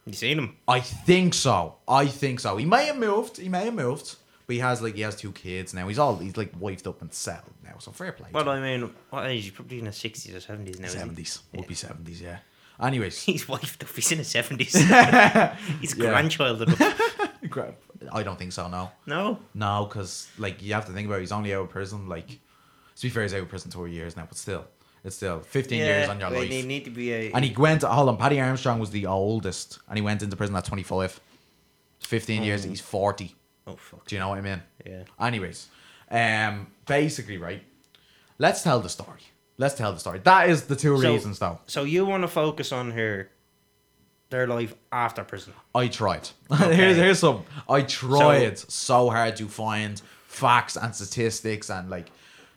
Speaker 2: you seen him?
Speaker 1: I think so. I think so. He may have moved. He may have moved. But he has like he has two kids now. He's all he's like wifed up and settled now. So fair play. to
Speaker 2: Well,
Speaker 1: him.
Speaker 2: I mean, what age? He's probably in his sixties or seventies now. Isn't he?
Speaker 1: seventies would be seventies. Yeah. Anyways,
Speaker 2: He's wifed up. He's in his seventies. He's
Speaker 1: Yeah.
Speaker 2: grandchilded. up.
Speaker 1: crap. I don't think so. No.
Speaker 2: No,
Speaker 1: No, because like you have to think about it, he's only out of prison. Like to be fair, he's out of prison two years now, but still, it's still fifteen years on your
Speaker 2: they-
Speaker 1: life.
Speaker 2: They need to be a.
Speaker 1: And he went. Hold on, Paddy Armstrong was the oldest, and he went into prison at twenty five. Fifteen years. He's forty.
Speaker 2: oh fuck.
Speaker 1: Do you know what I mean?
Speaker 2: Mm. Yeah.
Speaker 1: Anyways, um, basically, right. Let's tell the story. Let's tell the story. That is the two
Speaker 2: So-
Speaker 1: reasons, though.
Speaker 2: So you want to focus on her, their life after prison.
Speaker 1: I tried.
Speaker 2: Okay.
Speaker 1: here's here's some. I tried so, hard to find facts and statistics and like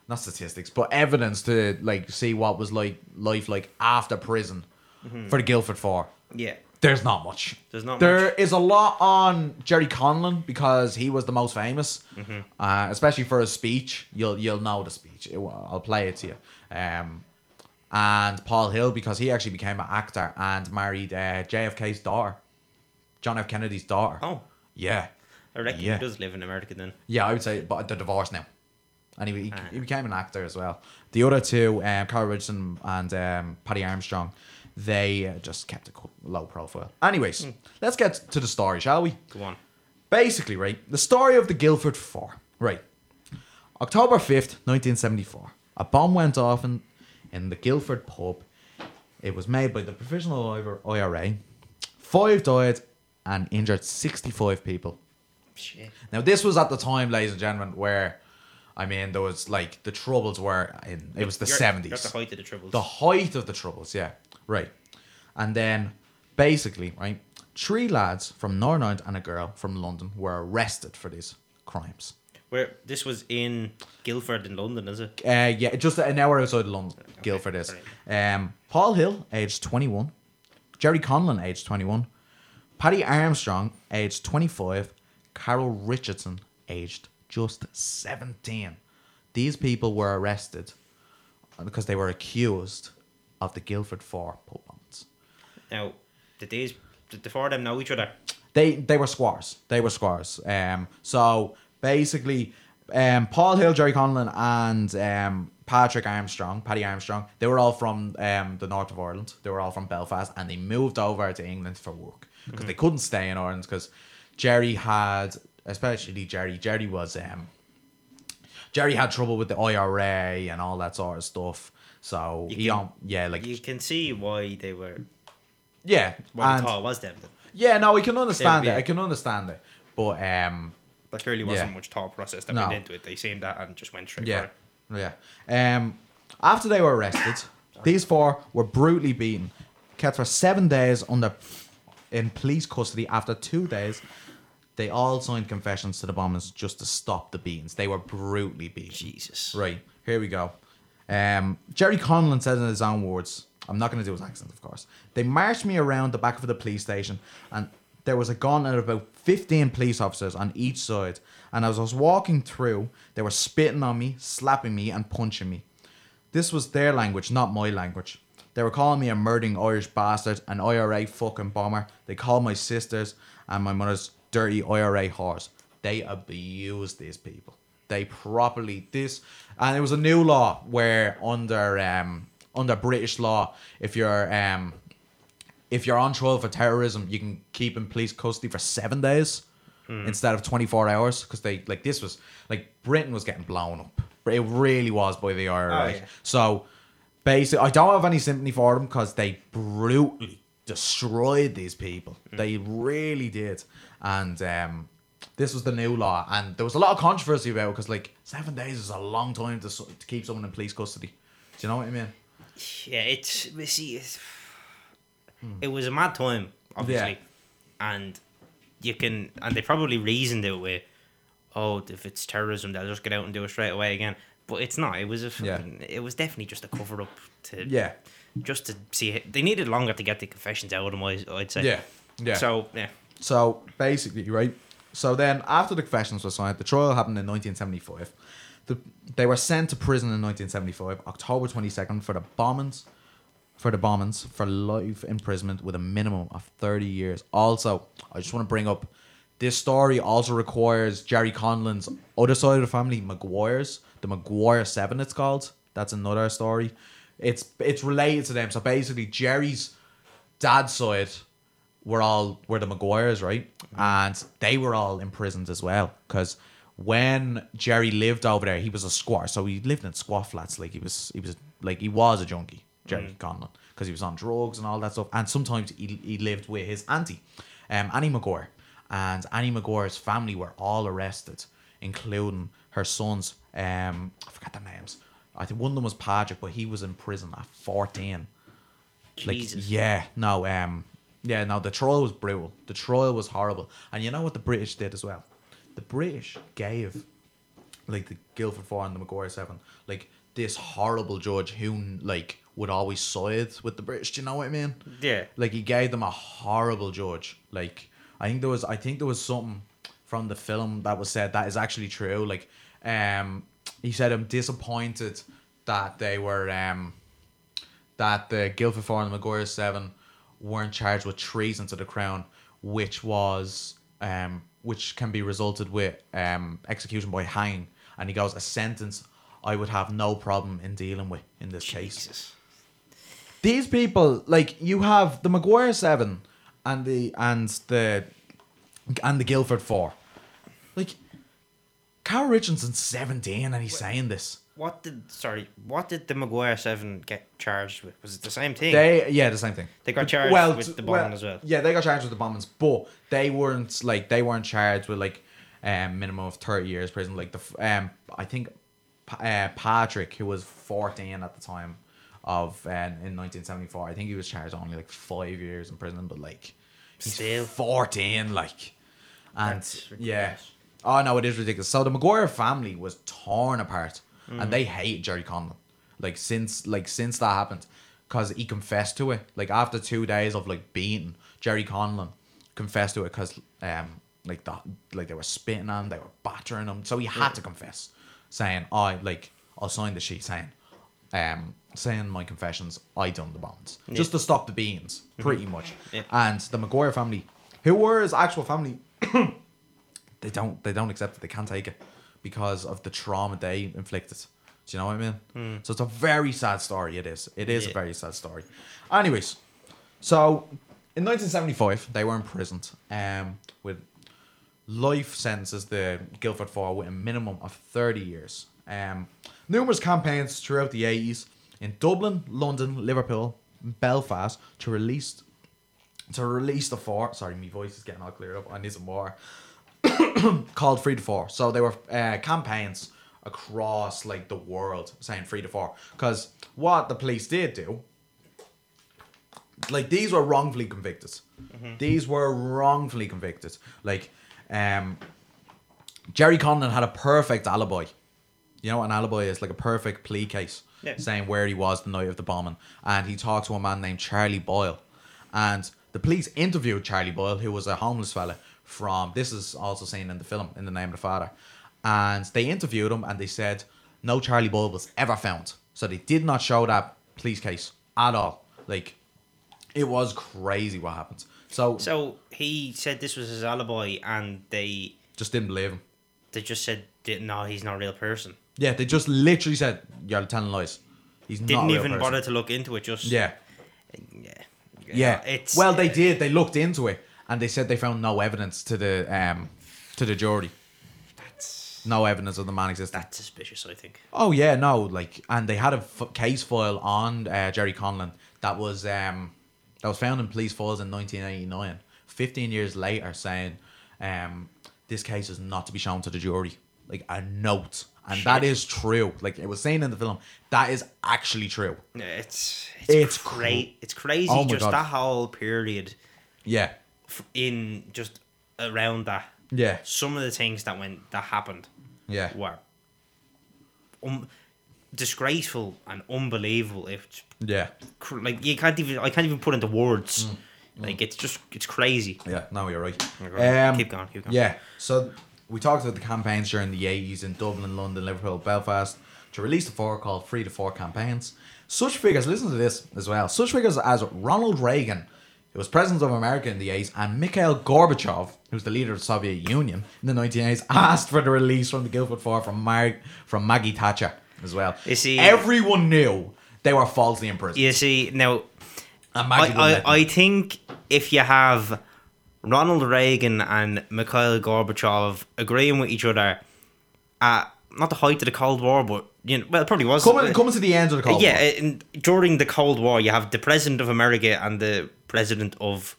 Speaker 1: not statistics, but evidence to like see what was like life like after prison for the Guildford Four.
Speaker 2: Yeah.
Speaker 1: There's not much.
Speaker 2: There's not
Speaker 1: There is a lot on Jerry Conlon because he was the most famous,
Speaker 2: Mm-hmm.
Speaker 1: uh, especially for his speech. You'll you'll know the speech. It, will- I'll play it to you. Um, and Paul Hill because he actually became an actor and married uh, JFK's daughter, John F. Kennedy's daughter.
Speaker 2: Oh,
Speaker 1: Yeah.
Speaker 2: I reckon
Speaker 1: Yeah.
Speaker 2: he does live in America then.
Speaker 1: Yeah, I would say, but they're divorced now. And he, he, he became an actor as well. The other two, um, Carl Richardson and um, Patty Armstrong, they uh, just kept a co- low profile. Anyways, let's get to the story, shall we?
Speaker 2: Go on.
Speaker 1: Basically, right, the story of the Guildford Four. Right. October 5th, 1974. A bomb went off in, in the Guildford pub. It was made by the Provisional I- IRA. Five died and injured 65 people.
Speaker 2: Shit.
Speaker 1: Now, this was at the time, ladies and gentlemen, where, I mean, there was like the troubles were in, it was the
Speaker 2: You're-
Speaker 1: 70s.
Speaker 2: You're at the height of the troubles.
Speaker 1: The height of the troubles, yeah. Right. And then basically, right, three lads from Northern Ireland and a girl from London were arrested for these crimes.
Speaker 2: Where this was in Guildford in London, is it?
Speaker 1: Uh, yeah, just an hour outside London, Guildford is. Um, Paul Hill, aged 21. Jerry Conlon, aged 21. Paddy Armstrong, aged 25. Carol Richardson, aged just 17. These people were arrested because they were accused of the Guildford Four pub bombs.
Speaker 2: Now, did these did the four of them know each other?
Speaker 1: They they were squares. They were squares. Um, so basically, um, Paul Hill, Jerry Conlon, and um, Patrick Armstrong, Paddy Armstrong, they were all from um, the north of Ireland. They were all from Belfast, and they moved over to England for work because
Speaker 2: Mm-hmm.
Speaker 1: they couldn't stay in Ireland because Jerry had, especially Jerry. Jerry was um, Jerry had trouble with the IRA and all that sort of stuff. So
Speaker 2: You
Speaker 1: he,
Speaker 2: can-
Speaker 1: um, yeah, like
Speaker 2: You can see why they were.
Speaker 1: yeah,
Speaker 2: Why
Speaker 1: and-
Speaker 2: the call was them. then.
Speaker 1: yeah. No, I can understand
Speaker 2: Yeah.
Speaker 1: it. I can understand it, but um.
Speaker 2: There clearly wasn't
Speaker 1: Yeah.
Speaker 2: much thought process that
Speaker 1: No.
Speaker 2: went into it. They seen that and just went straight for
Speaker 1: Yeah.
Speaker 2: it.
Speaker 1: Yeah. Um, after they were arrested, these four were brutally beaten, kept for seven days under in police custody. After two days, they all signed confessions to the bombers just to stop the beatings. They were brutally beaten.
Speaker 2: Jesus.
Speaker 1: Right, here we go. Um, Jerry Conlon says in his own words, I'm not going to do his accent, of course. They marched me around the back of the police station, and there was a gun at about 15 police officers on each side. And as I was walking through, they were spitting on me, slapping me, and punching me. This was their language, not my language. They were calling me a murdering Irish bastard, an IRA fucking bomber. They called my sisters and my mother's dirty IRA whores. They abused these people. They properly this, and it was a new law where under um under British law, if you're um if you're on trial for terrorism, you can keep in police custody for seven days
Speaker 2: Hmm.
Speaker 1: instead of 24 hours because they like this was like Britain was getting blown up. It really was by the IRA.
Speaker 2: Oh, yeah.
Speaker 1: So basically, I don't have any sympathy for them because they brutally destroyed these people.
Speaker 2: Hmm.
Speaker 1: They really did, and um, this was the new law. And there was a lot of controversy about it because like seven days is a long time to, s- to keep someone in police custody. Do you know what I mean?
Speaker 2: Yeah, it's we see it's,
Speaker 1: Hmm.
Speaker 2: it was a mad time, obviously, and you can and they probably reasoned it with, oh, if it's terrorism, they'll just get out and do it straight away again. But it's not. It was a
Speaker 1: Yeah.
Speaker 2: fucking, it was definitely just a cover up to
Speaker 1: Yeah,
Speaker 2: just to see it. They needed longer to get the confessions out of them. I- I'd say
Speaker 1: yeah, yeah.
Speaker 2: So yeah,
Speaker 1: So basically, right. So then, after the confessions were signed, the trial happened in 1975. The, they were sent to prison in 1975, October 22nd, for the bombings, for the bombings, for life imprisonment with a minimum of 30 years. Also, I just want to bring up this story also requires Jerry Conlon's other side of the family, McGuire's, the McGuire Seven. It's called. That's another story. It's it's related to them. So basically, Jerry's dad's side were all were the Maguires, right? And they were all imprisoned as well because when Jerry lived over there, he was a squatter, so he lived in squat flats. Like he was, he was like he was a junkie, Jerry Conlon, because he was on drugs and all that stuff. And sometimes he, he lived with his auntie, um, Annie McGuire, and Annie McGuire's family were all arrested, including her sons. Um, I forgot their names. I think one of them was Patrick, but he was in prison at fourteen.
Speaker 2: Jesus.
Speaker 1: Like, yeah, no, um, yeah, no, the trial was brutal. The trial was horrible. And you know what the British did as well? The British gave, like, the Guildford Four and the McGuire Seven, like, this horrible judge who, like, would always side with the British. Do you know what I mean?
Speaker 2: Yeah.
Speaker 1: Like, he gave them a horrible judge. Like, I think there was, I think there was something from the film that was said that is actually true. Like, um, he said, I'm disappointed that they were, um, that the Guildford Four and the Maguire Seven weren't charged with treason to the crown, which was um, which can be resulted with um, execution by hanging. And he goes, a sentence I would have no problem in dealing with in this case.
Speaker 2: Jesus.
Speaker 1: These people, like you have the Maguire Seven and the and the and the Guildford Four, like Carl Richardson's seventeen and he's saying this.
Speaker 2: What did sorry? What did the Maguire Seven get charged with? Was it the same thing?
Speaker 1: They yeah, the same thing.
Speaker 2: They got charged with
Speaker 1: t-
Speaker 2: the bombing as well.
Speaker 1: Yeah, they got charged with the bombings, but they weren't like they weren't charged with like um, minimum of thirty years prison. Like the f- um, I think Pa- uh, Patrick, who was fourteen at the time of uh, in nineteen seventy four, I think he was charged only like five years in prison, but like he's
Speaker 2: Still.
Speaker 1: fourteen, like and
Speaker 2: That's
Speaker 1: yeah.
Speaker 2: ridiculous.
Speaker 1: Oh no, it is ridiculous. So the Maguire family was torn apart,
Speaker 2: Mm.
Speaker 1: and they hate Jerry Conlon. Like since like since that happened, because he confessed to it. Like after two days of like beating Jerry Conlon, confessed to it because um like the like they were spitting on, him, they were battering him. So he had to confess, saying I like I'll sign the sheet saying, um saying my confessions. I done the bonds just to stop the beans, pretty much.
Speaker 2: Mm-hmm. Yeah.
Speaker 1: And the Maguire family, who were his actual family, they don't they don't accept it. They can't take it because of the trauma they inflicted. Do you know what I mean? So it's a very sad story. It is. It is a
Speaker 2: Yeah.
Speaker 1: very sad story. Anyways, so in 1975 they were imprisoned um, with life sentences. The Guildford Four with a minimum of 30 years. Um, numerous campaigns throughout the 80s in Dublin, London, Liverpool, Belfast to release to release the four. Sorry, my voice is getting all cleared up. I need some more. Called Free to Four. So they were uh, campaigns across like the world saying Free to Four. Because what the police did do, like these were wrongfully convicted. These were wrongfully convicted. Like, um, Jerry Condon had a perfect alibi. You know what an alibi is? Like a perfect plea case
Speaker 2: Yeah.
Speaker 1: saying where he was the night of the bombing. And he talked to a man named Charlie Boyle. And the police interviewed Charlie Boyle, who was a homeless fella from, this is also seen in the film, In the Name of the Father. And they interviewed him and they said, no Charlie Boyle was ever found. So they did not show that police case at all. Like, it was crazy what happened. So,
Speaker 2: So he said this was his alibi, and they
Speaker 1: just didn't believe him.
Speaker 2: they just said, "Di- "No, he's not a real person."
Speaker 1: Yeah, they just literally said, "You're telling lies." He's not a
Speaker 2: Didn't
Speaker 1: real
Speaker 2: even
Speaker 1: person."
Speaker 2: bother to look into it. Just
Speaker 1: Yeah,
Speaker 2: yeah,
Speaker 1: yeah.
Speaker 2: It's uh,
Speaker 1: well, they did. They looked into it and they said they found no evidence to the um to the jury.
Speaker 2: That's
Speaker 1: No evidence of the man existing.
Speaker 2: that's suspicious. I think.
Speaker 1: Oh yeah, no, like, and they had a f- case file on uh, Jerry Conlon that was um that was found in police files in 1989, 15 years later, saying um this case is not to be shown to the jury, like a note, and that
Speaker 2: Shit.
Speaker 1: is true. Like it was saying in the film, that is actually true.
Speaker 2: Yeah, It's it's,
Speaker 1: It's cr-
Speaker 2: crazy. It's crazy.
Speaker 1: Oh my
Speaker 2: just
Speaker 1: God.
Speaker 2: that whole period
Speaker 1: Yeah,
Speaker 2: f- in just around that.
Speaker 1: yeah,
Speaker 2: Some of the things that went that happened
Speaker 1: yeah.
Speaker 2: were um, disgraceful and unbelievable. If
Speaker 1: Yeah,
Speaker 2: cr- like you can't even I can't even put into words. Like it's just it's crazy.
Speaker 1: Mm. yeah. No, you're right.
Speaker 2: Oh my God.
Speaker 1: Um,
Speaker 2: keep going, keep going.
Speaker 1: Yeah. So we talked about the campaigns during the 80s in Dublin, London, Liverpool, Belfast to release the four called Free to Four campaigns. Such figures, listen to this as well, such figures as Ronald Reagan, who was president of America in the 80s, and Mikhail Gorbachev, who was the leader of the Soviet Union in the 1980s, asked for the release from the Guildford Four from, Mar- from Maggie Thatcher as well.
Speaker 2: You see-
Speaker 1: Everyone knew they were falsely imprisoned.
Speaker 2: You see now,
Speaker 1: And
Speaker 2: I
Speaker 1: Maggie wouldn't
Speaker 2: I,
Speaker 1: let them.
Speaker 2: I think if you have Ronald Reagan and Mikhail Gorbachev agreeing with each other at not the height of the Cold War, but you know, well, it probably was
Speaker 1: coming, coming to the end of the call.
Speaker 2: yeah, and during the Cold War, you have the president of America and the president of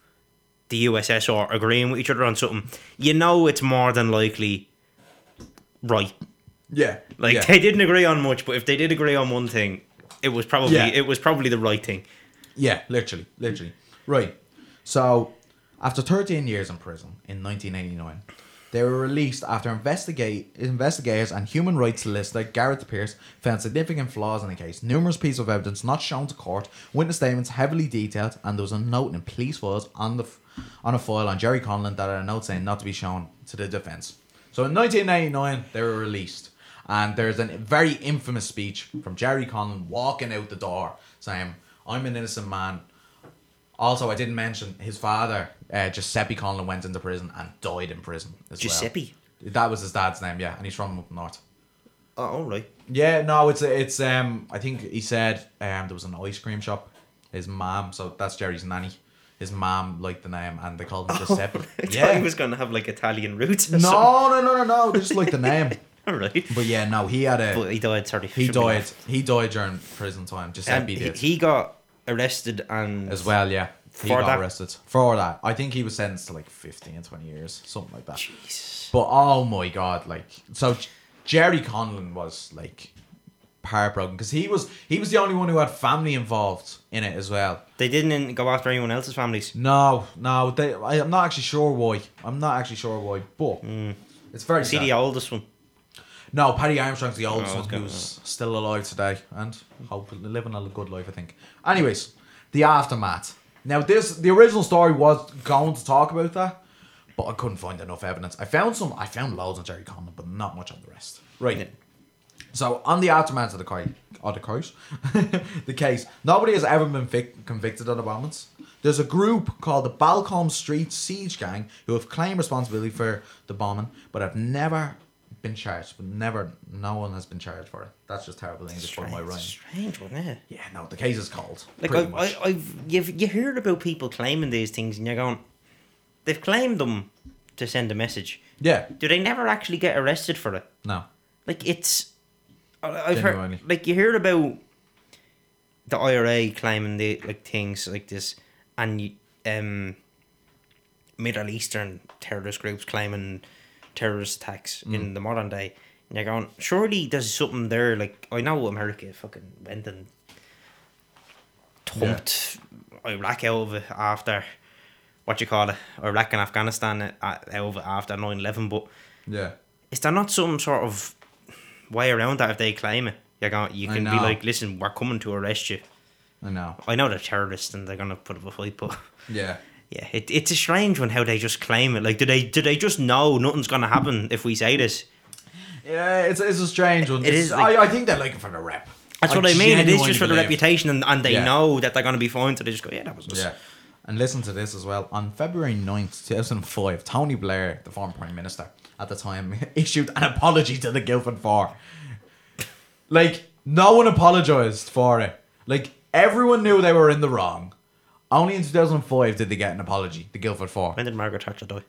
Speaker 2: the USSR agreeing with each other on something. You know, it's more than likely right.
Speaker 1: Yeah.
Speaker 2: Like
Speaker 1: yeah.
Speaker 2: they didn't agree on much, but if they did agree on one thing, it was probably
Speaker 1: Yeah.
Speaker 2: it was probably the right thing.
Speaker 1: Yeah, literally, literally. Right. So, after 13 years in prison in 1989, they were released after investigate investigators and human rights solicitor Gareth Pierce found significant flaws in the case. Numerous pieces of evidence not shown to court, witness statements heavily detailed, and there was a note in police files on the f- on a file on Jerry Conlon that had a note saying not to be shown to the defense. So in 1989, they were released. And there's a very infamous speech from Jerry Conlon walking out the door saying, I'm an innocent man. Also, I didn't mention his father, uh, Giuseppe Conlon, went into prison and died in prison as
Speaker 2: Giuseppe.
Speaker 1: well. That was his dad's name, yeah, and he's from up north.
Speaker 2: Oh, all right.
Speaker 1: Yeah, no, it's it's um I think he said um there was an ice cream shop. His mom, so that's Jerry's nanny. His mom liked the name and they called him Giuseppe.
Speaker 2: Oh, I thought
Speaker 1: yeah.
Speaker 2: he was going to have like Italian roots. Or
Speaker 1: No,
Speaker 2: something.
Speaker 1: no, no, no, no. They just liked the name.
Speaker 2: All right.
Speaker 1: But yeah, no, he had a
Speaker 2: But he died. Sorry.
Speaker 1: he
Speaker 2: should be
Speaker 1: died.
Speaker 2: off.
Speaker 1: He died during prison time.
Speaker 2: Um,
Speaker 1: Giuseppe
Speaker 2: he,
Speaker 1: did
Speaker 2: he got arrested and
Speaker 1: as well. Yeah, he
Speaker 2: For
Speaker 1: got
Speaker 2: that?
Speaker 1: arrested for that. I think he was sentenced to like 15, 20 years, something like that.
Speaker 2: Jesus.
Speaker 1: But oh my god, like so, J- Jerry Conlon was like heartbroken because he was he was the only one who had family involved in it as well.
Speaker 2: They didn't go after anyone else's families.
Speaker 1: No, no, they, I, I'm not actually sure why. I'm not actually sure why, but
Speaker 2: Mm.
Speaker 1: it's very
Speaker 2: See
Speaker 1: sad.
Speaker 2: the oldest one.
Speaker 1: No, Paddy Armstrong's the oldest
Speaker 2: Oh,
Speaker 1: one
Speaker 2: okay.
Speaker 1: who's still alive today and hopefully living a good life, I think. Anyways, the aftermath. Now, this the original story was going to talk about that, but I couldn't find enough evidence. I found some, I found loads on Jerry Conlon, but not much on the rest. Right.
Speaker 2: Yeah.
Speaker 1: So, on the aftermath of the case, of the case, the case, nobody has ever been fic- convicted of the bombings. There's a group called the Balcombe Street Siege Gang who have claimed responsibility for the bombing, but have never been charged. But never, no one has been charged for it. That's just terrible English by
Speaker 2: Strange,
Speaker 1: my Ryan.
Speaker 2: strange one, yeah.
Speaker 1: Yeah, no, the case is cold.
Speaker 2: Like
Speaker 1: pretty
Speaker 2: I,
Speaker 1: much.
Speaker 2: I, I've you've you heard about people claiming these things, and you're going, they've claimed them to send a message.
Speaker 1: yeah,
Speaker 2: Do they never actually get arrested for it?
Speaker 1: no.
Speaker 2: Like it's, I- I've
Speaker 1: Genuinely.
Speaker 2: heard like you heard about the IRA claiming the like things like this, and you- um, Middle Eastern terrorist groups claiming terrorist attacks in the modern day. And you're going, surely there's something there. Like I know America fucking went and thumped Iraq out of it after what you call it, Iraq and Afghanistan uh, out of it after 9-11, but
Speaker 1: Yeah.
Speaker 2: is there not some sort of way around that if they claim it? You're going, you
Speaker 1: I
Speaker 2: can be
Speaker 1: know.
Speaker 2: like, listen, we're coming to arrest you.
Speaker 1: I know.
Speaker 2: I know they're terrorists and they're gonna put up a fight, but
Speaker 1: Yeah.
Speaker 2: yeah, it, it's a strange one how they just claim it. Like, do they do they just know nothing's gonna happen if we say this?
Speaker 1: Yeah, it's, it's a strange one.
Speaker 2: It
Speaker 1: It's-
Speaker 2: is, like-
Speaker 1: I, I think they're looking for the rep.
Speaker 2: That's what I mean. It is
Speaker 1: genuinely
Speaker 2: just for the
Speaker 1: believe.
Speaker 2: reputation, and, and they
Speaker 1: Yeah.
Speaker 2: know that they're gonna be fine, so they just go, yeah, that was us.
Speaker 1: Yeah. And listen to this as well. On February 9th, 2005, Tony Blair, the former Prime Minister at the time, issued an apology to the Guildford Four. Like, no one apologised for it. Like, everyone knew they were in the wrong. Only in 2005 did they get an apology, the Guildford Four.
Speaker 2: When did Margaret Thatcher die?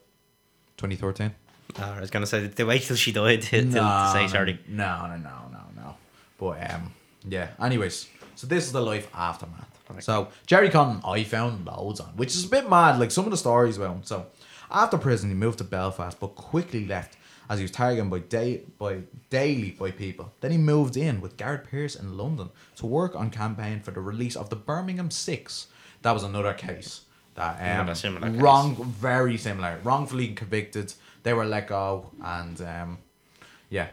Speaker 1: 2013?
Speaker 2: Ah, I was gonna say they wait till she died to, to- to
Speaker 1: No,
Speaker 2: say sorry.
Speaker 1: No, no, no, no, no. But um, yeah. Anyways, so this is the life aftermath. So Jerry Conlon, I found loads on, which is a bit mad. Like some of the stories were. on. So after prison, he moved to Belfast, but quickly left as he was targeted by day by daily by people. Then he moved in with Garrett Pierce in London to work on campaign for the release of the Birmingham Six. That was another case. That um,
Speaker 2: Another similar case.
Speaker 1: wrong, very similar, wrongfully convicted. They were let go, and um, yeah.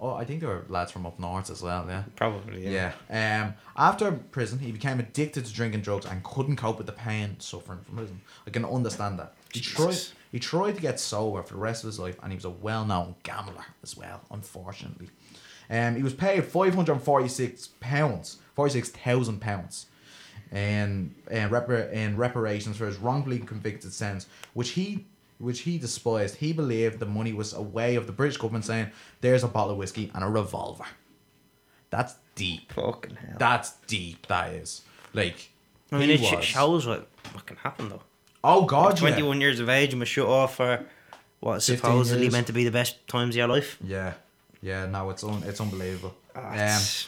Speaker 1: Oh, I think they were lads from up north as well, yeah.
Speaker 2: Probably. Yeah.
Speaker 1: Yeah. Um, after prison, he became addicted to drinking drugs and couldn't cope with the pain suffering from prison. I can understand that. He tried,
Speaker 2: Jesus.
Speaker 1: he tried to get sober for the rest of his life, and he was a well known gambler as well, unfortunately. Um, he was paid £546, 46,000 pounds. And and, repar- and reparations for his wrongfully convicted sentence, which he which he despised. He believed the money was a way of the British government saying, "There's a bottle of whiskey and a revolver." That's deep.
Speaker 2: Fucking hell.
Speaker 1: That's deep. That is like.
Speaker 2: I mean,
Speaker 1: he
Speaker 2: it sh-
Speaker 1: was-
Speaker 2: shows what what can happen though.
Speaker 1: Oh God! Yeah.
Speaker 2: 21 years of age and was shut off for what is
Speaker 1: 15
Speaker 2: supposedly
Speaker 1: years.
Speaker 2: meant to be the best times of your life.
Speaker 1: yeah, yeah. No, it's un- it's unbelievable.
Speaker 2: Ah,
Speaker 1: Um,
Speaker 2: it's-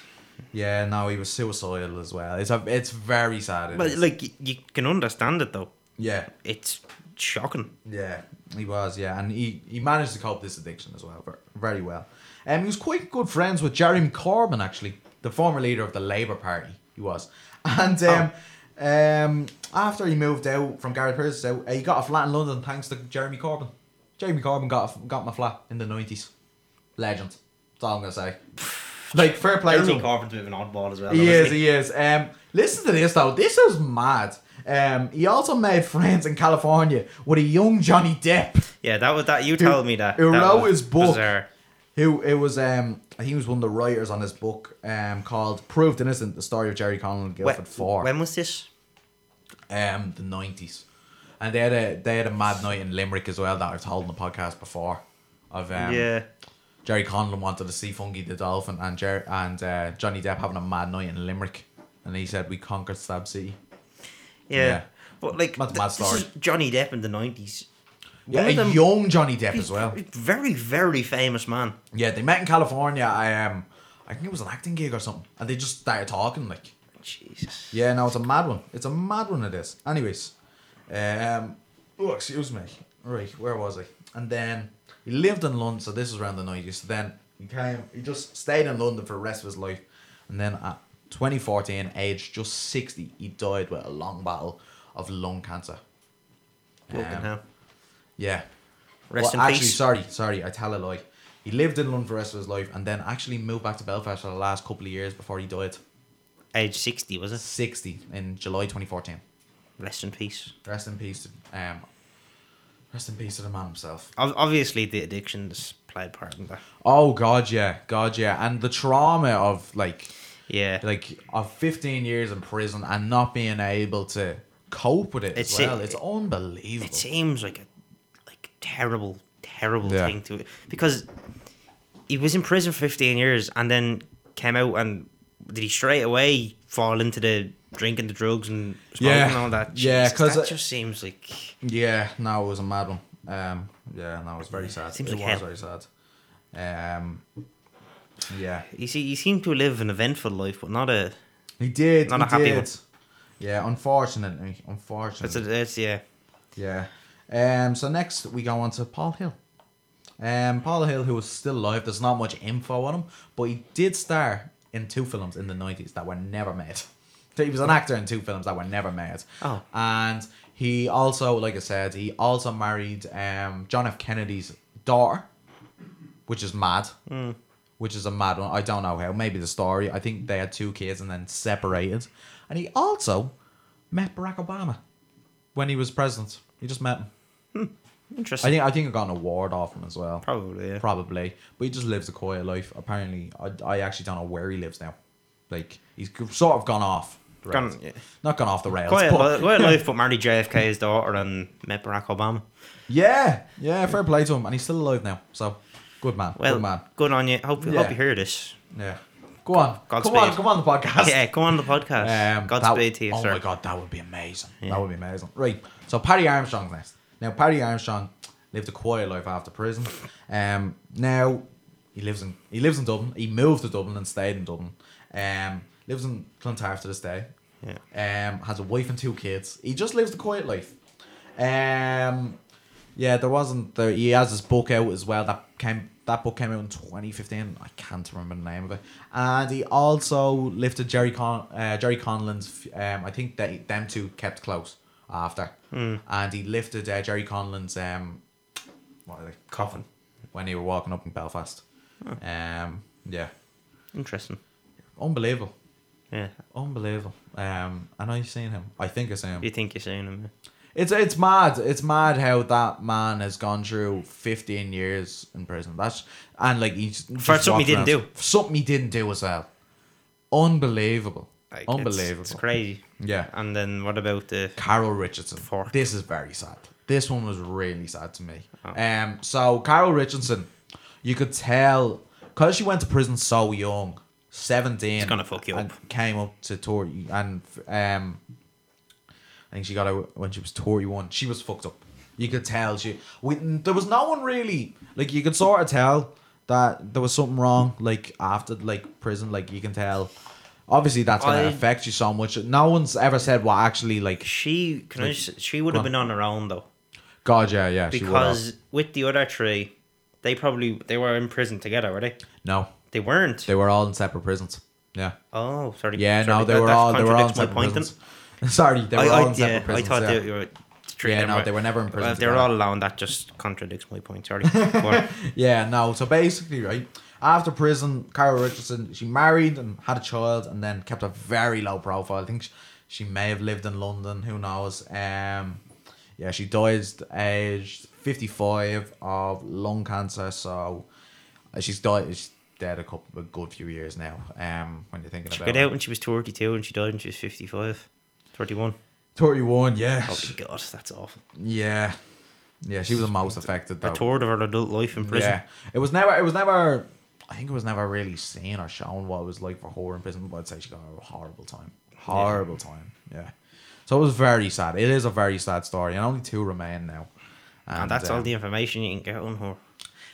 Speaker 1: yeah, no, he was suicidal as well. It's a, it's very sad. it
Speaker 2: but
Speaker 1: is.
Speaker 2: like you, you can understand it though.
Speaker 1: yeah,
Speaker 2: It's shocking.
Speaker 1: Yeah, he was. Yeah, and he, he managed to cope this addiction as well, ver- very well. Um, he was quite good friends with Jeremy Corbyn, actually, the former leader of the Labour Party. He was, and um, um, after he moved out from Gareth Pierce's out, uh, he got a flat in London thanks to Jeremy Corbyn. Jeremy Corbyn got a, got my flat in the nineties. Legend. That's all I'm gonna say. Like fair play to him.
Speaker 2: Corbyn's a bit of an oddball as well.
Speaker 1: He is, he is. Um, listen to this though. This is mad. Um, he also made friends in California with a young Johnny Depp,
Speaker 2: Yeah, that was that. You told me that.
Speaker 1: who
Speaker 2: that
Speaker 1: wrote
Speaker 2: was
Speaker 1: his book.
Speaker 2: bizarre.
Speaker 1: who it was um I think he was one of the writers on his book um, called "Proved Innocent: The Story of Jerry Connell and Guilford
Speaker 2: When,
Speaker 1: Four.
Speaker 2: when was this?
Speaker 1: um, the nineties, and they had a they had a mad night in Limerick as well that I've told in the podcast before. Of um,
Speaker 2: yeah.
Speaker 1: Jerry Conlon wanted to see Funky the Dolphin and Jer- and uh, Johnny Depp having a mad night in Limerick, and he said we conquered Stab City.
Speaker 2: yeah,
Speaker 1: yeah.
Speaker 2: But like,
Speaker 1: Mad-
Speaker 2: th-
Speaker 1: mad
Speaker 2: this is
Speaker 1: story.
Speaker 2: Johnny Depp in the nineties.
Speaker 1: Yeah,
Speaker 2: One
Speaker 1: a
Speaker 2: of them-
Speaker 1: young Johnny Depp as well.
Speaker 2: Very, very famous man.
Speaker 1: Yeah, they met in California. I um, I think it was an acting gig or something, and they just started talking like.
Speaker 2: Jesus.
Speaker 1: Yeah, no, it's a mad one. It's a mad one. It is. Anyways, um, oh excuse me. Right, where was I? And then he lived in London, so this was around the nineties. So then he came. He just stayed in London for the rest of his life, and then at 2014, aged just 60, he died with a long battle of lung cancer.
Speaker 2: Fucking
Speaker 1: Um,
Speaker 2: hell.
Speaker 1: Yeah.
Speaker 2: Rest
Speaker 1: well,
Speaker 2: in
Speaker 1: actually,
Speaker 2: peace.
Speaker 1: sorry, sorry, I tell a lie. He lived in London for the rest of his life, and then actually moved back to Belfast for the last couple of years before he died.
Speaker 2: Age sixty, was it?
Speaker 1: 60 in July 2014.
Speaker 2: Rest in peace.
Speaker 1: Rest in peace to um. Rest in peace to the man himself.
Speaker 2: Ob- Obviously, the addictions played part in that.
Speaker 1: Oh God, yeah, God, yeah, and the trauma of like,
Speaker 2: Yeah.
Speaker 1: like of fifteen years in prison and not being able to cope with it
Speaker 2: It's-
Speaker 1: as well. it's
Speaker 2: it-
Speaker 1: unbelievable.
Speaker 2: it seems like a like terrible, terrible
Speaker 1: Yeah.
Speaker 2: thing to because he was in prison for fifteen years and then came out and did he straight away fall into the drinking, the drugs, and smoking
Speaker 1: Yeah.
Speaker 2: and all that?
Speaker 1: Yeah,
Speaker 2: Jesus,
Speaker 1: 'cause
Speaker 2: that
Speaker 1: I-
Speaker 2: just seems like
Speaker 1: yeah, no, it was a mad one. Um, yeah, no, it was very sad.
Speaker 2: Seems
Speaker 1: it
Speaker 2: like
Speaker 1: was
Speaker 2: hell.
Speaker 1: very sad. Um, yeah,
Speaker 2: you see, you seem to live an eventful life, but not a.
Speaker 1: he did.
Speaker 2: Not
Speaker 1: he
Speaker 2: a happy
Speaker 1: did.
Speaker 2: one.
Speaker 1: Yeah, unfortunately, unfortunately.
Speaker 2: It's a, it's yeah.
Speaker 1: Yeah. Um. So next we go on to Paul Hill. Um. Paul Hill, who is still alive. There's not much info on him, but he did star in two films in the nineties that were never made. So he was an actor in two films that were never made.
Speaker 2: Oh.
Speaker 1: And he also, like I said, he also married um John F. Kennedy's daughter, which is mad. Which is a mad one. I don't know how. Maybe the story. I think they had two kids and then separated. And he also met Barack Obama when he was president. He just met him. I
Speaker 2: Interesting.
Speaker 1: think I think I got an award off him as well.
Speaker 2: Probably. Yeah.
Speaker 1: Probably, but he just lives a quiet life. Apparently, I, I actually don't know where he lives now. Like he's g- sort of gone off. The
Speaker 2: Gone-
Speaker 1: rails.
Speaker 2: yeah.
Speaker 1: Not gone off the rails.
Speaker 2: Quiet,
Speaker 1: but-
Speaker 2: li- quiet life, but married JFK's daughter and met Barack Obama.
Speaker 1: yeah, yeah. Fair play to him, and he's still alive now. So, good man.
Speaker 2: Well,
Speaker 1: good man.
Speaker 2: good on you. Hope, hope
Speaker 1: Yeah.
Speaker 2: you hear this.
Speaker 1: Yeah. Go on.
Speaker 2: Godspeed.
Speaker 1: come on. Come on the podcast.
Speaker 2: Yeah, come on the podcast.
Speaker 1: Um,
Speaker 2: Godspeed
Speaker 1: that,
Speaker 2: to you,
Speaker 1: Oh
Speaker 2: sir.
Speaker 1: my god, that would be amazing.
Speaker 2: Yeah.
Speaker 1: That would be amazing. Right. So Paddy Armstrong's next. Now Paddy Armstrong lived a quiet life after prison. Um, now he lives in he lives in Dublin. He moved to Dublin and stayed in Dublin. Um, lives in Clontarf to this day.
Speaker 2: Yeah.
Speaker 1: Um, has a wife and two kids. He just lives the quiet life. Um, yeah, there wasn't. There, he has his book out as well. That came. That book came out in 2015. I can't remember the name of it. And he also lifted Jerry Con uh, Jerry Conlon's. Um, I think they them two kept close after. And he lifted uh, Jerry Conlon's um, what are they, coffin when they were walking up in Belfast. Um, yeah,
Speaker 2: Interesting.
Speaker 1: unbelievable,
Speaker 2: Yeah.
Speaker 1: unbelievable. Um, and I've seen him. I think I've seen him.
Speaker 2: You think you're seeing him?
Speaker 1: It's it's mad. It's mad how that man has gone through fifteen years in prison. That's and like he's
Speaker 2: For
Speaker 1: just
Speaker 2: something he
Speaker 1: walking
Speaker 2: didn't
Speaker 1: around- for something he didn't do as well. Unbelievable.
Speaker 2: Like, it's-
Speaker 1: Unbelievable.
Speaker 2: It's, crazy.
Speaker 1: Yeah.
Speaker 2: And then what about the?
Speaker 1: Carol Richardson.
Speaker 2: Fuck.
Speaker 1: This is very sad. This one was really sad to me.
Speaker 2: Oh.
Speaker 1: Um, so Carol Richardson, you could tell because she went to prison so young, seventeen. It's
Speaker 2: gonna fuck you
Speaker 1: and
Speaker 2: up.
Speaker 1: Came up to Tory and um, I think she got out when she was forty-one. She was fucked up. You could tell she. We, there was no one really like you could sort of tell that there was something wrong. Like after like prison, like you can tell. Obviously, that's gonna
Speaker 2: I-
Speaker 1: affect you so much. No one's ever said what actually like.
Speaker 2: She can I just, she would have been on her own though,
Speaker 1: God, yeah, yeah. she would have.
Speaker 2: because with the other three, they probably they were in prison together, were they?
Speaker 1: no,
Speaker 2: They weren't.
Speaker 1: they were all in separate prisons. Yeah,
Speaker 2: oh, sorry.
Speaker 1: yeah.
Speaker 2: sorry,
Speaker 1: no, they
Speaker 2: that-
Speaker 1: were
Speaker 2: that
Speaker 1: all they were all in
Speaker 2: contradicts my
Speaker 1: separate
Speaker 2: point then.
Speaker 1: prisons. Sorry, they were
Speaker 2: I,
Speaker 1: all
Speaker 2: I,
Speaker 1: in separate
Speaker 2: yeah, I
Speaker 1: prisons.
Speaker 2: thought
Speaker 1: yeah.
Speaker 2: they were. the three of
Speaker 1: Yeah,
Speaker 2: them
Speaker 1: no, they were never in prison
Speaker 2: Well, if they were
Speaker 1: together.
Speaker 2: all alone. That just contradicts my point. Sorry. But
Speaker 1: Yeah, no. So basically, right after prison, Carol Richardson she married and had a child, and then kept a very low profile. I think she, she may have lived in London. Who knows? Um, yeah, she died aged fifty five of lung cancer. So uh, she's died. She's dead a couple a good few years now. Um, when you're thinking
Speaker 2: She
Speaker 1: about
Speaker 2: got out when she was 32 and she died when she was 55. 31.
Speaker 1: thirty one, yeah,
Speaker 2: Oh, my God, that's awful.
Speaker 1: yeah, yeah. She was the most affected
Speaker 2: A
Speaker 1: though.
Speaker 2: third of her adult life in prison.
Speaker 1: Yeah, it was never. It was never. I think it was never really seen or shown what it was like for horror in prison. But I'd say she got a horrible time. Horrible time. Yeah. So it was very sad. It is a very sad story, and only two remain now.
Speaker 2: And, that's
Speaker 1: um,
Speaker 2: all the information you can get on her.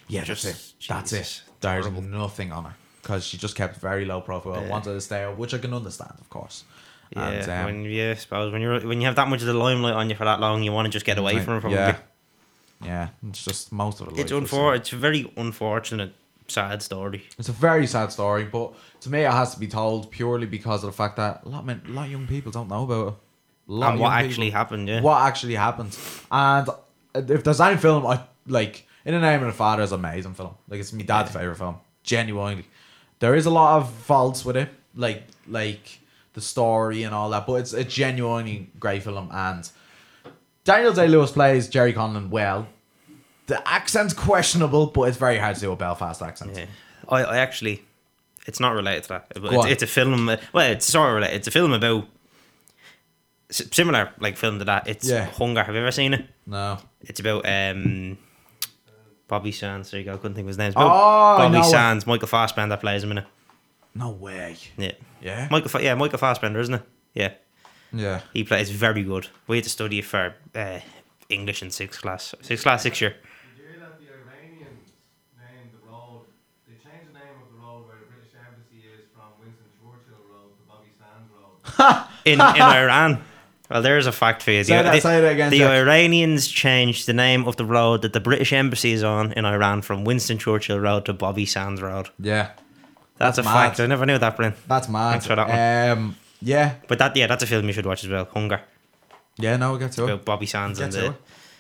Speaker 1: Yeah, that's it.
Speaker 2: Jesus,
Speaker 1: That's it.
Speaker 2: it's
Speaker 1: There's nothing on her because she just kept very low profile. Wanted to stay out, which I can understand, of course.
Speaker 2: Yeah,
Speaker 1: And, um,
Speaker 2: when, yeah, I suppose when you're when you have that much of the limelight on you for that long, you want to just get away
Speaker 1: like,
Speaker 2: from it. Probably.
Speaker 1: Yeah. Yeah, it's just most of it.
Speaker 2: It's unfor- It's a very unfortunate, sad story.
Speaker 1: It's a very sad story, but to me, it has to be told purely because of the fact that a lot of, men, a lot of young people don't know about it. A lot
Speaker 2: and
Speaker 1: of
Speaker 2: what
Speaker 1: young
Speaker 2: actually
Speaker 1: people-
Speaker 2: happened? Yeah.
Speaker 1: What actually happened. And if there's any film, I like In the Name of the Father is an amazing film. Like, it's my dad's favorite film, genuinely. There is a lot of faults with it, like like the story and all that, but it's a genuinely great film. And Daniel Day Lewis plays Jerry Conlon well. The accent's questionable, but it's very hard to do a Belfast accent.
Speaker 2: Yeah. I, I actually, it's not related to that. But
Speaker 1: Go
Speaker 2: it's,
Speaker 1: on.
Speaker 2: it's a film. uh, Well, it's sort of related. It's a film about s- similar like film to that. It's
Speaker 1: Yeah.
Speaker 2: Hunger. Have you ever seen it?
Speaker 1: No.
Speaker 2: It's about um Bobby Sands. There you go. I couldn't think of his name. It's
Speaker 1: Oh,
Speaker 2: about
Speaker 1: I
Speaker 2: Bobby
Speaker 1: know it.
Speaker 2: Sands. Michael Fassbender plays him in it.
Speaker 1: No way.
Speaker 2: Yeah.
Speaker 1: Yeah.
Speaker 2: Michael. Fa- yeah, Michael Fassbender, isn't it? Yeah.
Speaker 1: Yeah.
Speaker 2: He plays very good. We had to study it for uh, English in sixth class. Sixth class, sixth year.
Speaker 3: The year that the Iranians named the road, they changed the name of the road where the British Embassy is from Winston Churchill Road to Bobby Sands Road.
Speaker 2: in in Iran. Well, there's a fact for you. The,
Speaker 1: Say that- say that again,
Speaker 2: the
Speaker 1: Jack.
Speaker 2: Iranians changed the name of the road that the British embassy is on in Iran from Winston Churchill Road to Bobby Sands Road.
Speaker 1: Yeah.
Speaker 2: That's, a
Speaker 1: mad.
Speaker 2: fact. I never knew that, Bryn.
Speaker 1: That's mad.
Speaker 2: Thanks for that
Speaker 1: one. Um, yeah.
Speaker 2: But that, yeah, that's a film you should watch as well. Hunger
Speaker 1: Yeah, no, we'll get to it.
Speaker 2: about Bobby Sands
Speaker 1: Get
Speaker 2: and
Speaker 1: to
Speaker 2: the,
Speaker 1: it.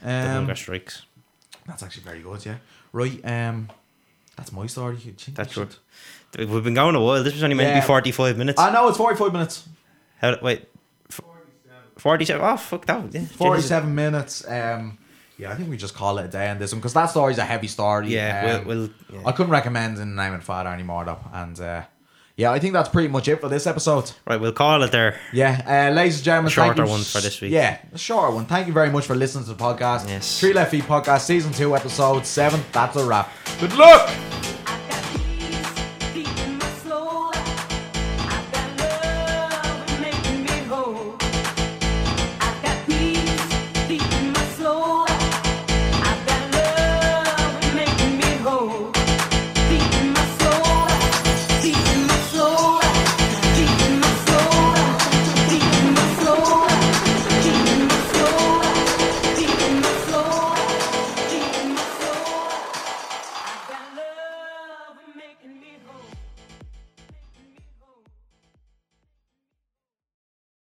Speaker 2: the
Speaker 1: Um,
Speaker 2: hunger strikes.
Speaker 1: that's actually very good, yeah. Right, um, that's my story. You think
Speaker 2: That's
Speaker 1: you
Speaker 2: good.
Speaker 1: should-
Speaker 2: We've been going a while. This was only meant to
Speaker 1: Yeah.
Speaker 2: be forty-five minutes.
Speaker 1: I know, it's 45 minutes.
Speaker 2: How, wait, forty-seven? Oh fuck that! Yeah, Jesus.
Speaker 1: 47 minutes. Um, yeah, I think we just call it a day on this one because that story's a heavy story.
Speaker 2: Yeah,
Speaker 1: um,
Speaker 2: we'll, we'll yeah.
Speaker 1: I couldn't recommend In the Name of the Father anymore, though. And uh, yeah, I think that's pretty much it for this episode.
Speaker 2: right. We'll call it there.
Speaker 1: Yeah, uh, ladies and gentlemen,
Speaker 2: A shorter
Speaker 1: thank you-
Speaker 2: one for this week.
Speaker 1: Yeah, a shorter one. Thank you very much for listening to the podcast.
Speaker 2: Yes.
Speaker 1: Three Left Feet Podcast, Season 2, Episode 7. That's a wrap. Good luck!